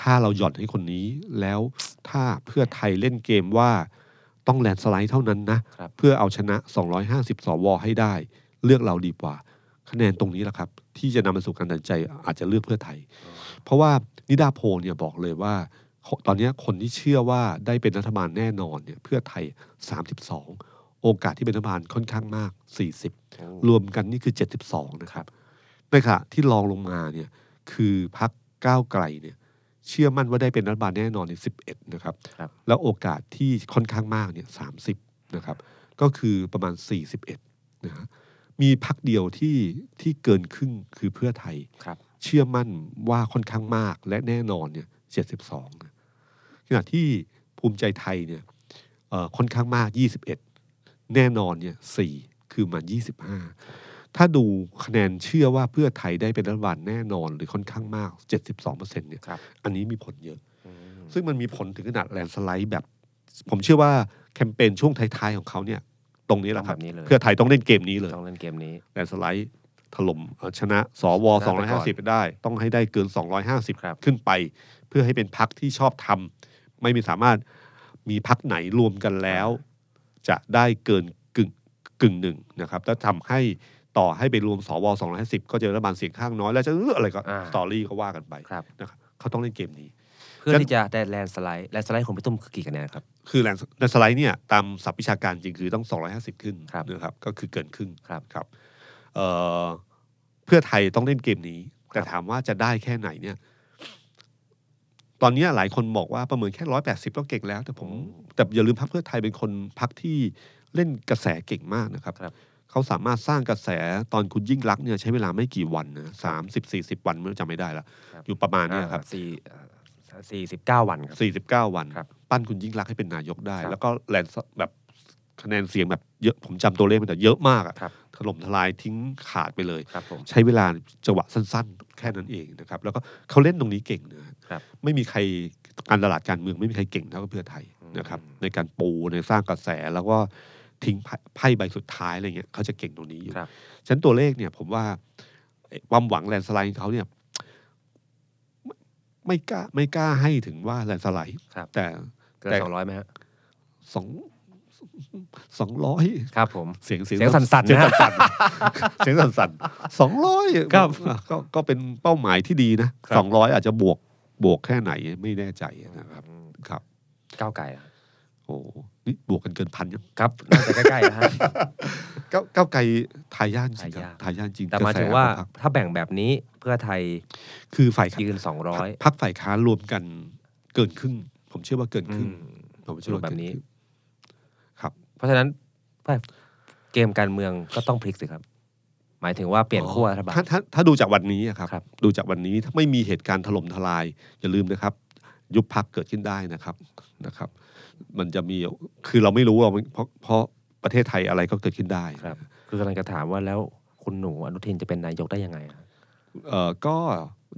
S2: ถ้าเราหย่อนให้คนนี้แล้วถ้าเพื่อไทยเล่นเกมว่าต้องแลนด์สไลด์เท่านั้นนะครับ เพื่อเอาชนะ 250สวให้ได้ เลือกเราดีกว่า คะแนนตรงนี้แหละครับ ที่จะนำมาสู่การตัดสินใจอาจจะเลือกเพื่อไทย เพราะว่านิดาโพลเนี่ยบอกเลยว่า ตอนเนี้ยคนที่เชื่อว่าได้เป็นรัฐบาลแน่นอนเนี่ยเพื่อไทย 32 โอกาสที่เป็นรัฐบาลค่อนข้างมาก 40 รวมกันนี่คือ 72 นะครับในขณะที่รองลงมาเนี่ยคือพักก้าวไกลเนี่ย เชื่อมั่นว่าได้เป็นรัฐบาลแน่นอนใน11 นะครับ
S3: ครับ
S2: แล้วโอกาสที่ค่อนข้างมากเนี่ย30 นะครับ ก็คือประมาณ 41 นะฮะมีพักเดียวที่ที่เกินครึ่งคือเพื่อไทย
S3: ครับ
S2: เชื่อมั่นว่าค่อนข้างมากและแน่นอนเนี่ยเจ็ดสิบสองขณะที่ภูมิใจไทยเนี่ยเอ่อค่อนข้างมากยี่สิบเอ็ดแน่นอนเนี่ยสี่คือมันยี่สิบห้าถ้าดูคะแนนเชื่อว่าเพื่อไทยได้เป็นรัฐบาลแน่นอนหรือค่อนข้างมากเจ็ดสิบสองเปอร์เซ็นต์เนี่ย
S3: ครับ
S2: อันนี้มีผลเยอะ
S3: อืม
S2: ซึ่งมันมีผลถึงขนาดแลนสไลด์แบบ ผมเชื่อว่าแคมเปญช่วงท้ายๆของเขาเนี่ยตรงนี้แหละค
S3: แบ
S2: รับบ
S3: นี้เลย
S2: เพื่อไทยต้องเล่นเกมนี้เลย
S3: ต้องเล่นเกมนี้
S2: แลนด์สไลด์ถล่มเอ่อชนะสว
S3: ชนะไปก่อน
S2: 250 ได้ ต้องให้ได้เกิน 250
S3: ครับ
S2: ขึ้นไป เพื่อให้เป็นพักที่ชอบทำไม่มีสามารถมีพักไหนรวมกันแล้ว จะได้เกินกึ่งกึ่งหนึ่งนะครับแล้วทำให้ต่อให้ไปรวมสว250 ก็จะรัฐบาลเสียงข้างน้อย แล้วจะเลือกอะไรก็สตอรี่ก็ว่ากันไป
S3: ครับ
S2: นะครับเขาต้องเล่นเกมนี้
S3: เพื่อที่จะได้แลนสไลด์แลนสไลด์ของพี่ตุ้มคือกี่คะแนนครับ
S2: คือแลนด์สไลด์เนี่ยตามศัพท์วิชาการจริงคือต้อง 250 ขึ้น
S3: ครับ
S2: นะครับก็คือเกินครึ่ง
S3: ครับ
S2: ครับเอ่อเพื่อไทยต้องเล่นเกมนี้ แต่ถามว่าจะได้แค่ไหนเนี่ย ตอนเนี้ยหลายคนบอกว่าประเมินแค่ 180 ก็เก่งแล้ว แต่ผม
S3: อื
S2: แต่อย่าลืมพักเพื่อไทยเป็นคนพักที่เล่นกระแสเก่งมากนะครับ
S3: ครับ
S2: เขาสามารถสร้างกระแสตอนคุณยิ่งรักษณ์เนี่ยใช้เวลาไม่กี่วันนะสามสิบสี่สิบวันไม่รู้จำไม่ได้ละอยู่ประมาณเนี้ยครับ
S3: สี่สี่สิบเก้า49 วันครับ
S2: 49 วัน
S3: ครับ
S2: ปั้นคุณยิ่งรักษณ์ให้เป็นนายกได้
S3: ครับ
S2: แล้วก็แลนด์สแบบคะแนนเสียงแบบเยอะผมจำตัวเลขไมันแต่เยอะมากอะ
S3: ครับ
S2: ถล่มทลายทิ้งขาดไปเลย
S3: ครับผม
S2: ใช้เวลาจังหวะสั้น ๆ แค่นั้นเองนะครับ แล้วก็เขาเล่นตรงนี้เก่งนะครับ ไม่มีใครการตลาดการเมืองไม่มีใครเก่งเท่ากับเพื่อไทยนะครับ
S3: อืม
S2: ในการปูในสร้างกระแสแล้วก็ทิ้งไพ่ไพ่ใบสุดท้ายอะไรเงี้ยเขาจะเก่งตรงนี้อยู่
S3: ครับ
S2: ฉะนันตัวเลขเนี่ย ผมว่าไอ้ความหวังแลนด์สไลด์ของเขาเนี่ย ไม่ไม่กล้าไม่กล้าให้ถึงว่าแลนด์สไลด์
S3: ครับ
S2: แต่
S3: เกิน
S2: แต่
S3: สองร้อยไหมฮะ
S2: สองสองร้อย
S3: ครับผม
S2: เสียงเสียง
S3: เสียงสั่นๆ
S2: เสียง
S3: นะ
S2: สั่นๆเสียงสั่นๆสองร้อย
S3: ครับ
S2: ก็ก็เป็นเป้าหมายที่ดีนะครับ สองร้อยอาจจะบวกบวกแค่ไหนไม่แน่ใจนะครับ
S3: อืม
S2: ครับ
S3: ก้าวไก่อะ
S2: โอ้นี่บวกกันเกินพันยัง
S3: ครับน่าจะใกล้ๆนะฮะ
S2: ก้าวก้าวไกลทายาทจริงครับทายาทจริง
S3: แต่หมา
S2: ก
S3: ย
S2: ระส
S3: ถึงว่า
S2: ของพรรค
S3: ถ้าแบ่งแบบนี้เพื่อไทย
S2: คือฝ่ายค้าน
S3: ยืนสองร้อย
S2: พักฝ่ายค้านรวมกันเกินครึ่ง ผมเชื่อว่าเกินครึ่งผม
S3: ส
S2: เชื่อ
S3: รุป
S2: ว่า
S3: แบบ
S2: เกิค
S3: นี้
S2: รึ่งครับ
S3: เพราะฉะนั้นเกมการเมืองก็ต้องพลิกสิครับ หมายถึงว่าเปลี่ยนขั้วรัฐบาล
S2: ถ้าถ้าถ้าดูจากวันนี้อะครับ
S3: ครับ
S2: ดูจากวันนี้ถ้าไม่มีเหตุการณ์ถล่มทลาย อย่าลืมนะครับ ยุบพักเกิดขึ้นได้นะครับนะครับ มันจะมีคือเราไม่รู้เราเพราะเพราะประเทศไทยอะไรก็เกิดขึ้นได้
S3: ครับ คือกำลังจะถามว่าแล้วคุณหนูอนุทินจะเป็นนายกได้ยังไงอะ
S2: เอ่อก็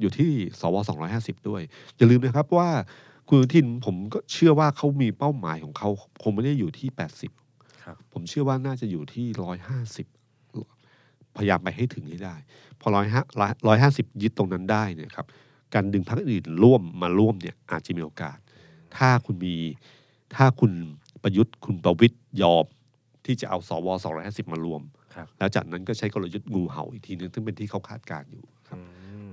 S2: อยู่ที่สว250 ด้วย อย่าลืมนะครับว่าคุณอนุทินผมก็เชื่อว่าเขามีเป้าหมายของเขาคงไม่ได้อยู่ที่ 80
S3: ครับ
S2: ผมเชื่อว่าน่าจะอยู่ที่ 150 พยายามไปให้ถึงให้ได้ พอร้อยห้าร้อยห้าสิบยึดตรงนั้นได้เนี่ยครับการดึงพรรคอื่นร่วมมาร่วมเนี่ยอาจจะมีโอกาส ถ้าคุณมีถ้าคุณประยุทธ์คุณประวิทย์ยอมที่จะเอาสวสองร้อยห้าสิบมารวม
S3: ครับ
S2: แล้วจากนั้นก็ใช้กลยุทธ์งูเห่าอีกทีนึงซึ่งเป็นที่เขาคาดการณ์อยู่ครับ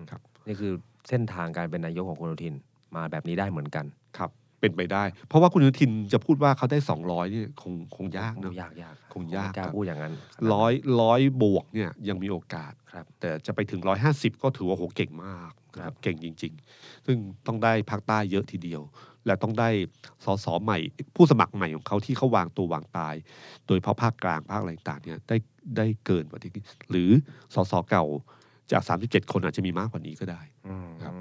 S2: ครับ
S3: นี่คือเส้นทางการเป็นนายกของคุณอนุทินมาแบบนี้ได้เหมือนกัน
S2: ครับ เป็นไปได้ เพราะว่าคุณอนุทินจะพูดว่าเขาได้สองร้อยเนี่ยคงคงยากเนอะ
S3: ยากยาก
S2: คงยาก
S3: ไม่กล้า
S2: ครับ
S3: พูดอย่างนั้น
S2: ร้อยร้อยบวกเนี่ยยังมีโอกาส
S3: ครับ
S2: แต่จะไปถึงร้อยห้าสิบก็ถือว่าโหเก่งมากนะครับ เก่งจริง ๆ ซึ่งต้องได้ภาคใต้เยอะทีเดียว และต้องได้สสใหม่ ผู้สมัครใหม่ของเขาที่เขาวางตัววางตาย โดยเฉพาะภาคกลางภาคอะไรต่างๆเนี่ยได้ได้เกินกว่าที่หรือสสเก่าจาก 37 คนอาจจะมีมากกว่านี้ก็ได้
S3: อืม
S2: ครับ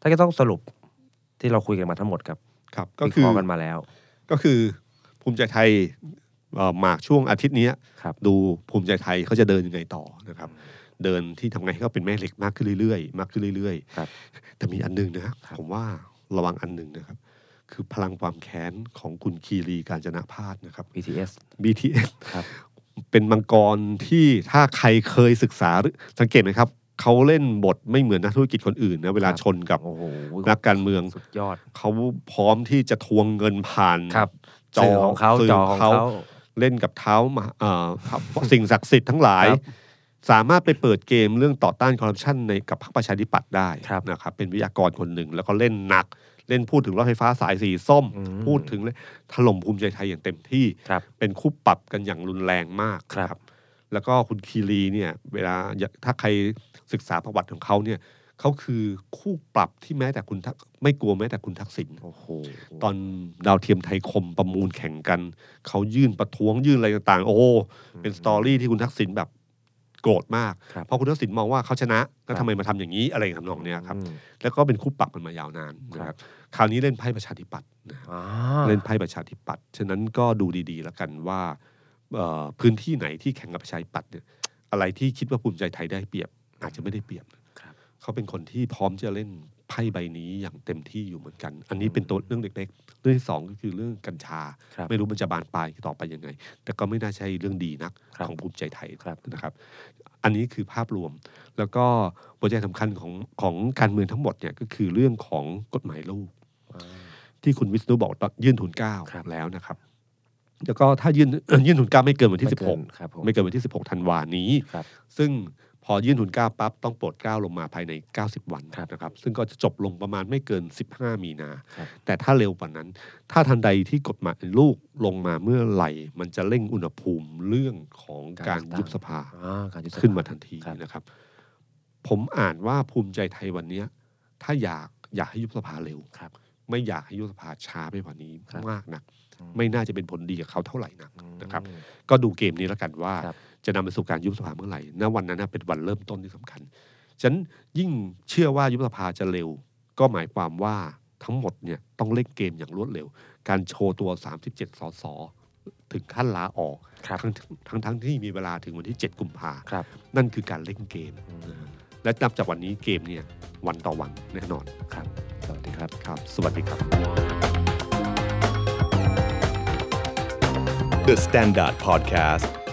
S3: ถ้าจะต้องสรุปที่เราคุยกันมาทั้งหมดครับ
S2: ครับก็คือ
S3: วิเราะห์กันมาแล้ว
S2: ก็คือภูมิใจไทยเอ่อหมากช่วงอาทิตย์เนี้ย
S3: ครับ
S2: ดูภูมิใจไทยเขาจะเดินยังไงต่อนะครับ เดินที่ทำไงให้เขาเป็นแม่เหล็กมากขึ้นเรื่อยๆ มากขึ้นเรื่อย
S3: ครับ
S2: ๆ แต่มีอันหนึงนะครับ
S3: ครับ
S2: ผมว่าระวังอันหนึงนะครับ คือพลังความแค้นของคุณคีรีการจนะพาสนะครับ
S3: BTS
S2: BTS
S3: ครับ
S2: เป็นมังกรที่ถ้าใครเคยศึกษาหรือสังเกตไหมครับ เขาเล่นบทไม่เหมือนนักธุรกิจคนอื่นนะเวลา
S3: ครับ
S2: ชนกับ
S3: โอ้โห
S2: นักการเมือง
S3: สุดยอด
S2: เขาพร้อมที่จะทวงเงินผ่าน
S3: ครับ
S2: จอ
S3: สื่อของเขา
S2: สื่
S3: จอของเขา
S2: เล่นกับเท้ามาเอ่อครับ สิ่งศักดิ์สิทธิ์ทั้งหลาย
S3: ครับ
S2: สามารถไปเปิดเกมเรื่องต่อต้านคอร์รัปชันในกับพรรคประชาธิปัตย์ได้
S3: ครับ
S2: นะครับ เป็นวิทยากรคนหนึ่งแล้วก็เล่นหนัก เล่นพูดถึงรถไฟฟ้าสายสีส้ม
S3: อืม
S2: พูดถึงเลยถล่มภูมิใจไทยอย่างเต็มที่
S3: ครับ
S2: เป็นคู่ปรับกันอย่างรุนแรงมาก
S3: ครับ
S2: แล้วก็คุณคีรีเนี่ย เวลาถ้าใครศึกษาประวัติของเขาเนี่ย เขาคือคู่ปรับที่แม้แต่คุณทักไม่กลัวแม้แต่คุณทักษิณ
S3: โอ้โห
S2: ตอนดาวเทียมไทยคมประมูลแข่งกัน เขายื่นประท้วงยื่นอะไรต่างๆ โอ้โหเป็นสตอรี่ที่คุณทักษิณแบบโกรธมาก
S3: ครับ
S2: เพราะคุณทักษิณมองว่าเขาชนะแล้วทำไมมาทำอย่างนี้อะไรทำนองเนี้ยครับ
S3: อืม
S2: แล้วก็เป็นคู่ปรับมันมายาวนานนะค
S3: ครั
S2: รับ
S3: บ
S2: คราวนี้เล่นไพ่ประชาธิปัตย์นะ
S3: อ่า
S2: เล่นไพ่ประชาธิปัตย์ฉะนั้นก็ดูดีๆแล้วกันว่าเอ่อพื้นที่ไหนที่แข่งกับประชาธิปัตย์เนี่ยอะไรที่คิดว่าภูมิใจไทยได้เปรียบ อาจจะไม่ได้เปรียบ
S3: ครับ
S2: เขาเป็นคนที่พร้อมจะเล่นไพ่ใบนี้อย่างเต็มที่อยู่เหมือนกัน อันนี้เป็นตัวเรื่องเล็กๆ เรื่องที่สองก็คือเรื่องกัญชา
S3: ครับ
S2: ไม่รู้มันจะบานปลายต่อไปยังไง แต่ก็ไม่น่าใช่เรื่องดีนัก
S3: ครับ
S2: ของภูมิใจไทย
S3: ครับ
S2: นะครับ อันนี้คือภาพรวม แล้วก็หัวใจสำคัญของของการเมืองทั้งหมดเนี่ยก็คือเรื่องของกฎหมายลูก
S3: อ่า
S2: ที่คุณวิษณุบอกตอนยื่นทุนเกล้า
S3: ครับ
S2: แล้วนะครับ แล้วก็ถ้ายื่น ยื่นทุนเกล้าไม่เกินวันที่
S3: ไม่
S2: สิบห
S3: เกิ
S2: ก
S3: นครับผม
S2: ไม่เกินวันที่สิบหกธันวานี้
S3: ครับ
S2: ซึ่งพอยื่นทุนเกล้าปั๊บต้องโปรดเกล้าลงมาภายใน 90 วัน
S3: ครับ
S2: นะครับ ซึ่งก็จะจบลงประมาณไม่เกิน 15 มีนา
S3: ครับ
S2: แต่ถ้าเร็วกว่านั้น ถ้าทันใดที่กฎหมายลูกลงมาเมื่อไหร่ มันจะเร่งอุณหภูมิเรื่องของการ
S3: การเลือกตั้ง
S2: ยุบสภา
S3: อ่าการยุบสภ
S2: ขึ้นมาทันที
S3: ครับ
S2: นะครับ ผมอ่านว่าภูมิใจไทยวันเนี้ย ถ้าอยากอยากให้ยุบสภาเร็ว
S3: ครับ
S2: ไม่อยากให้ยุบสภาช้าไปกว่านี้
S3: ครับ
S2: มากนัก
S3: อืม
S2: ไม่น่าจะเป็นผลดีกับเขาเท่าไหร่นัก
S3: อืม
S2: นะครับ ก็ดูเกมนี้แล้วกันว่า
S3: ครับ
S2: จะนำไปสู่การยุบสภาเมื่อไหร่ณวันนั้นนะเป็นวันเริ่มต้นที่สำคัญ ฉะนันยิ่งเชื่อว่ายุบสภาจะเร็ว ก็หมายความว่าทั้งหมดเนี่ยต้องเล่นเกมอย่างรวดเร็ว การโชว์ตัว 37 สส ถึงขั้นลาออก
S3: ครับ
S2: ทั้งทั้งทั้งที่มีเวลาถึงวันที่ 7 กุมภา
S3: ครับ
S2: นั่นคือการเล่นเกม และนับจากวันนี้เกมเนี่ยวันต่อวันแน่นอน
S3: ครับ สวัสดีครับ
S2: ครับ สวัสดีครับ
S1: The Standard Podcast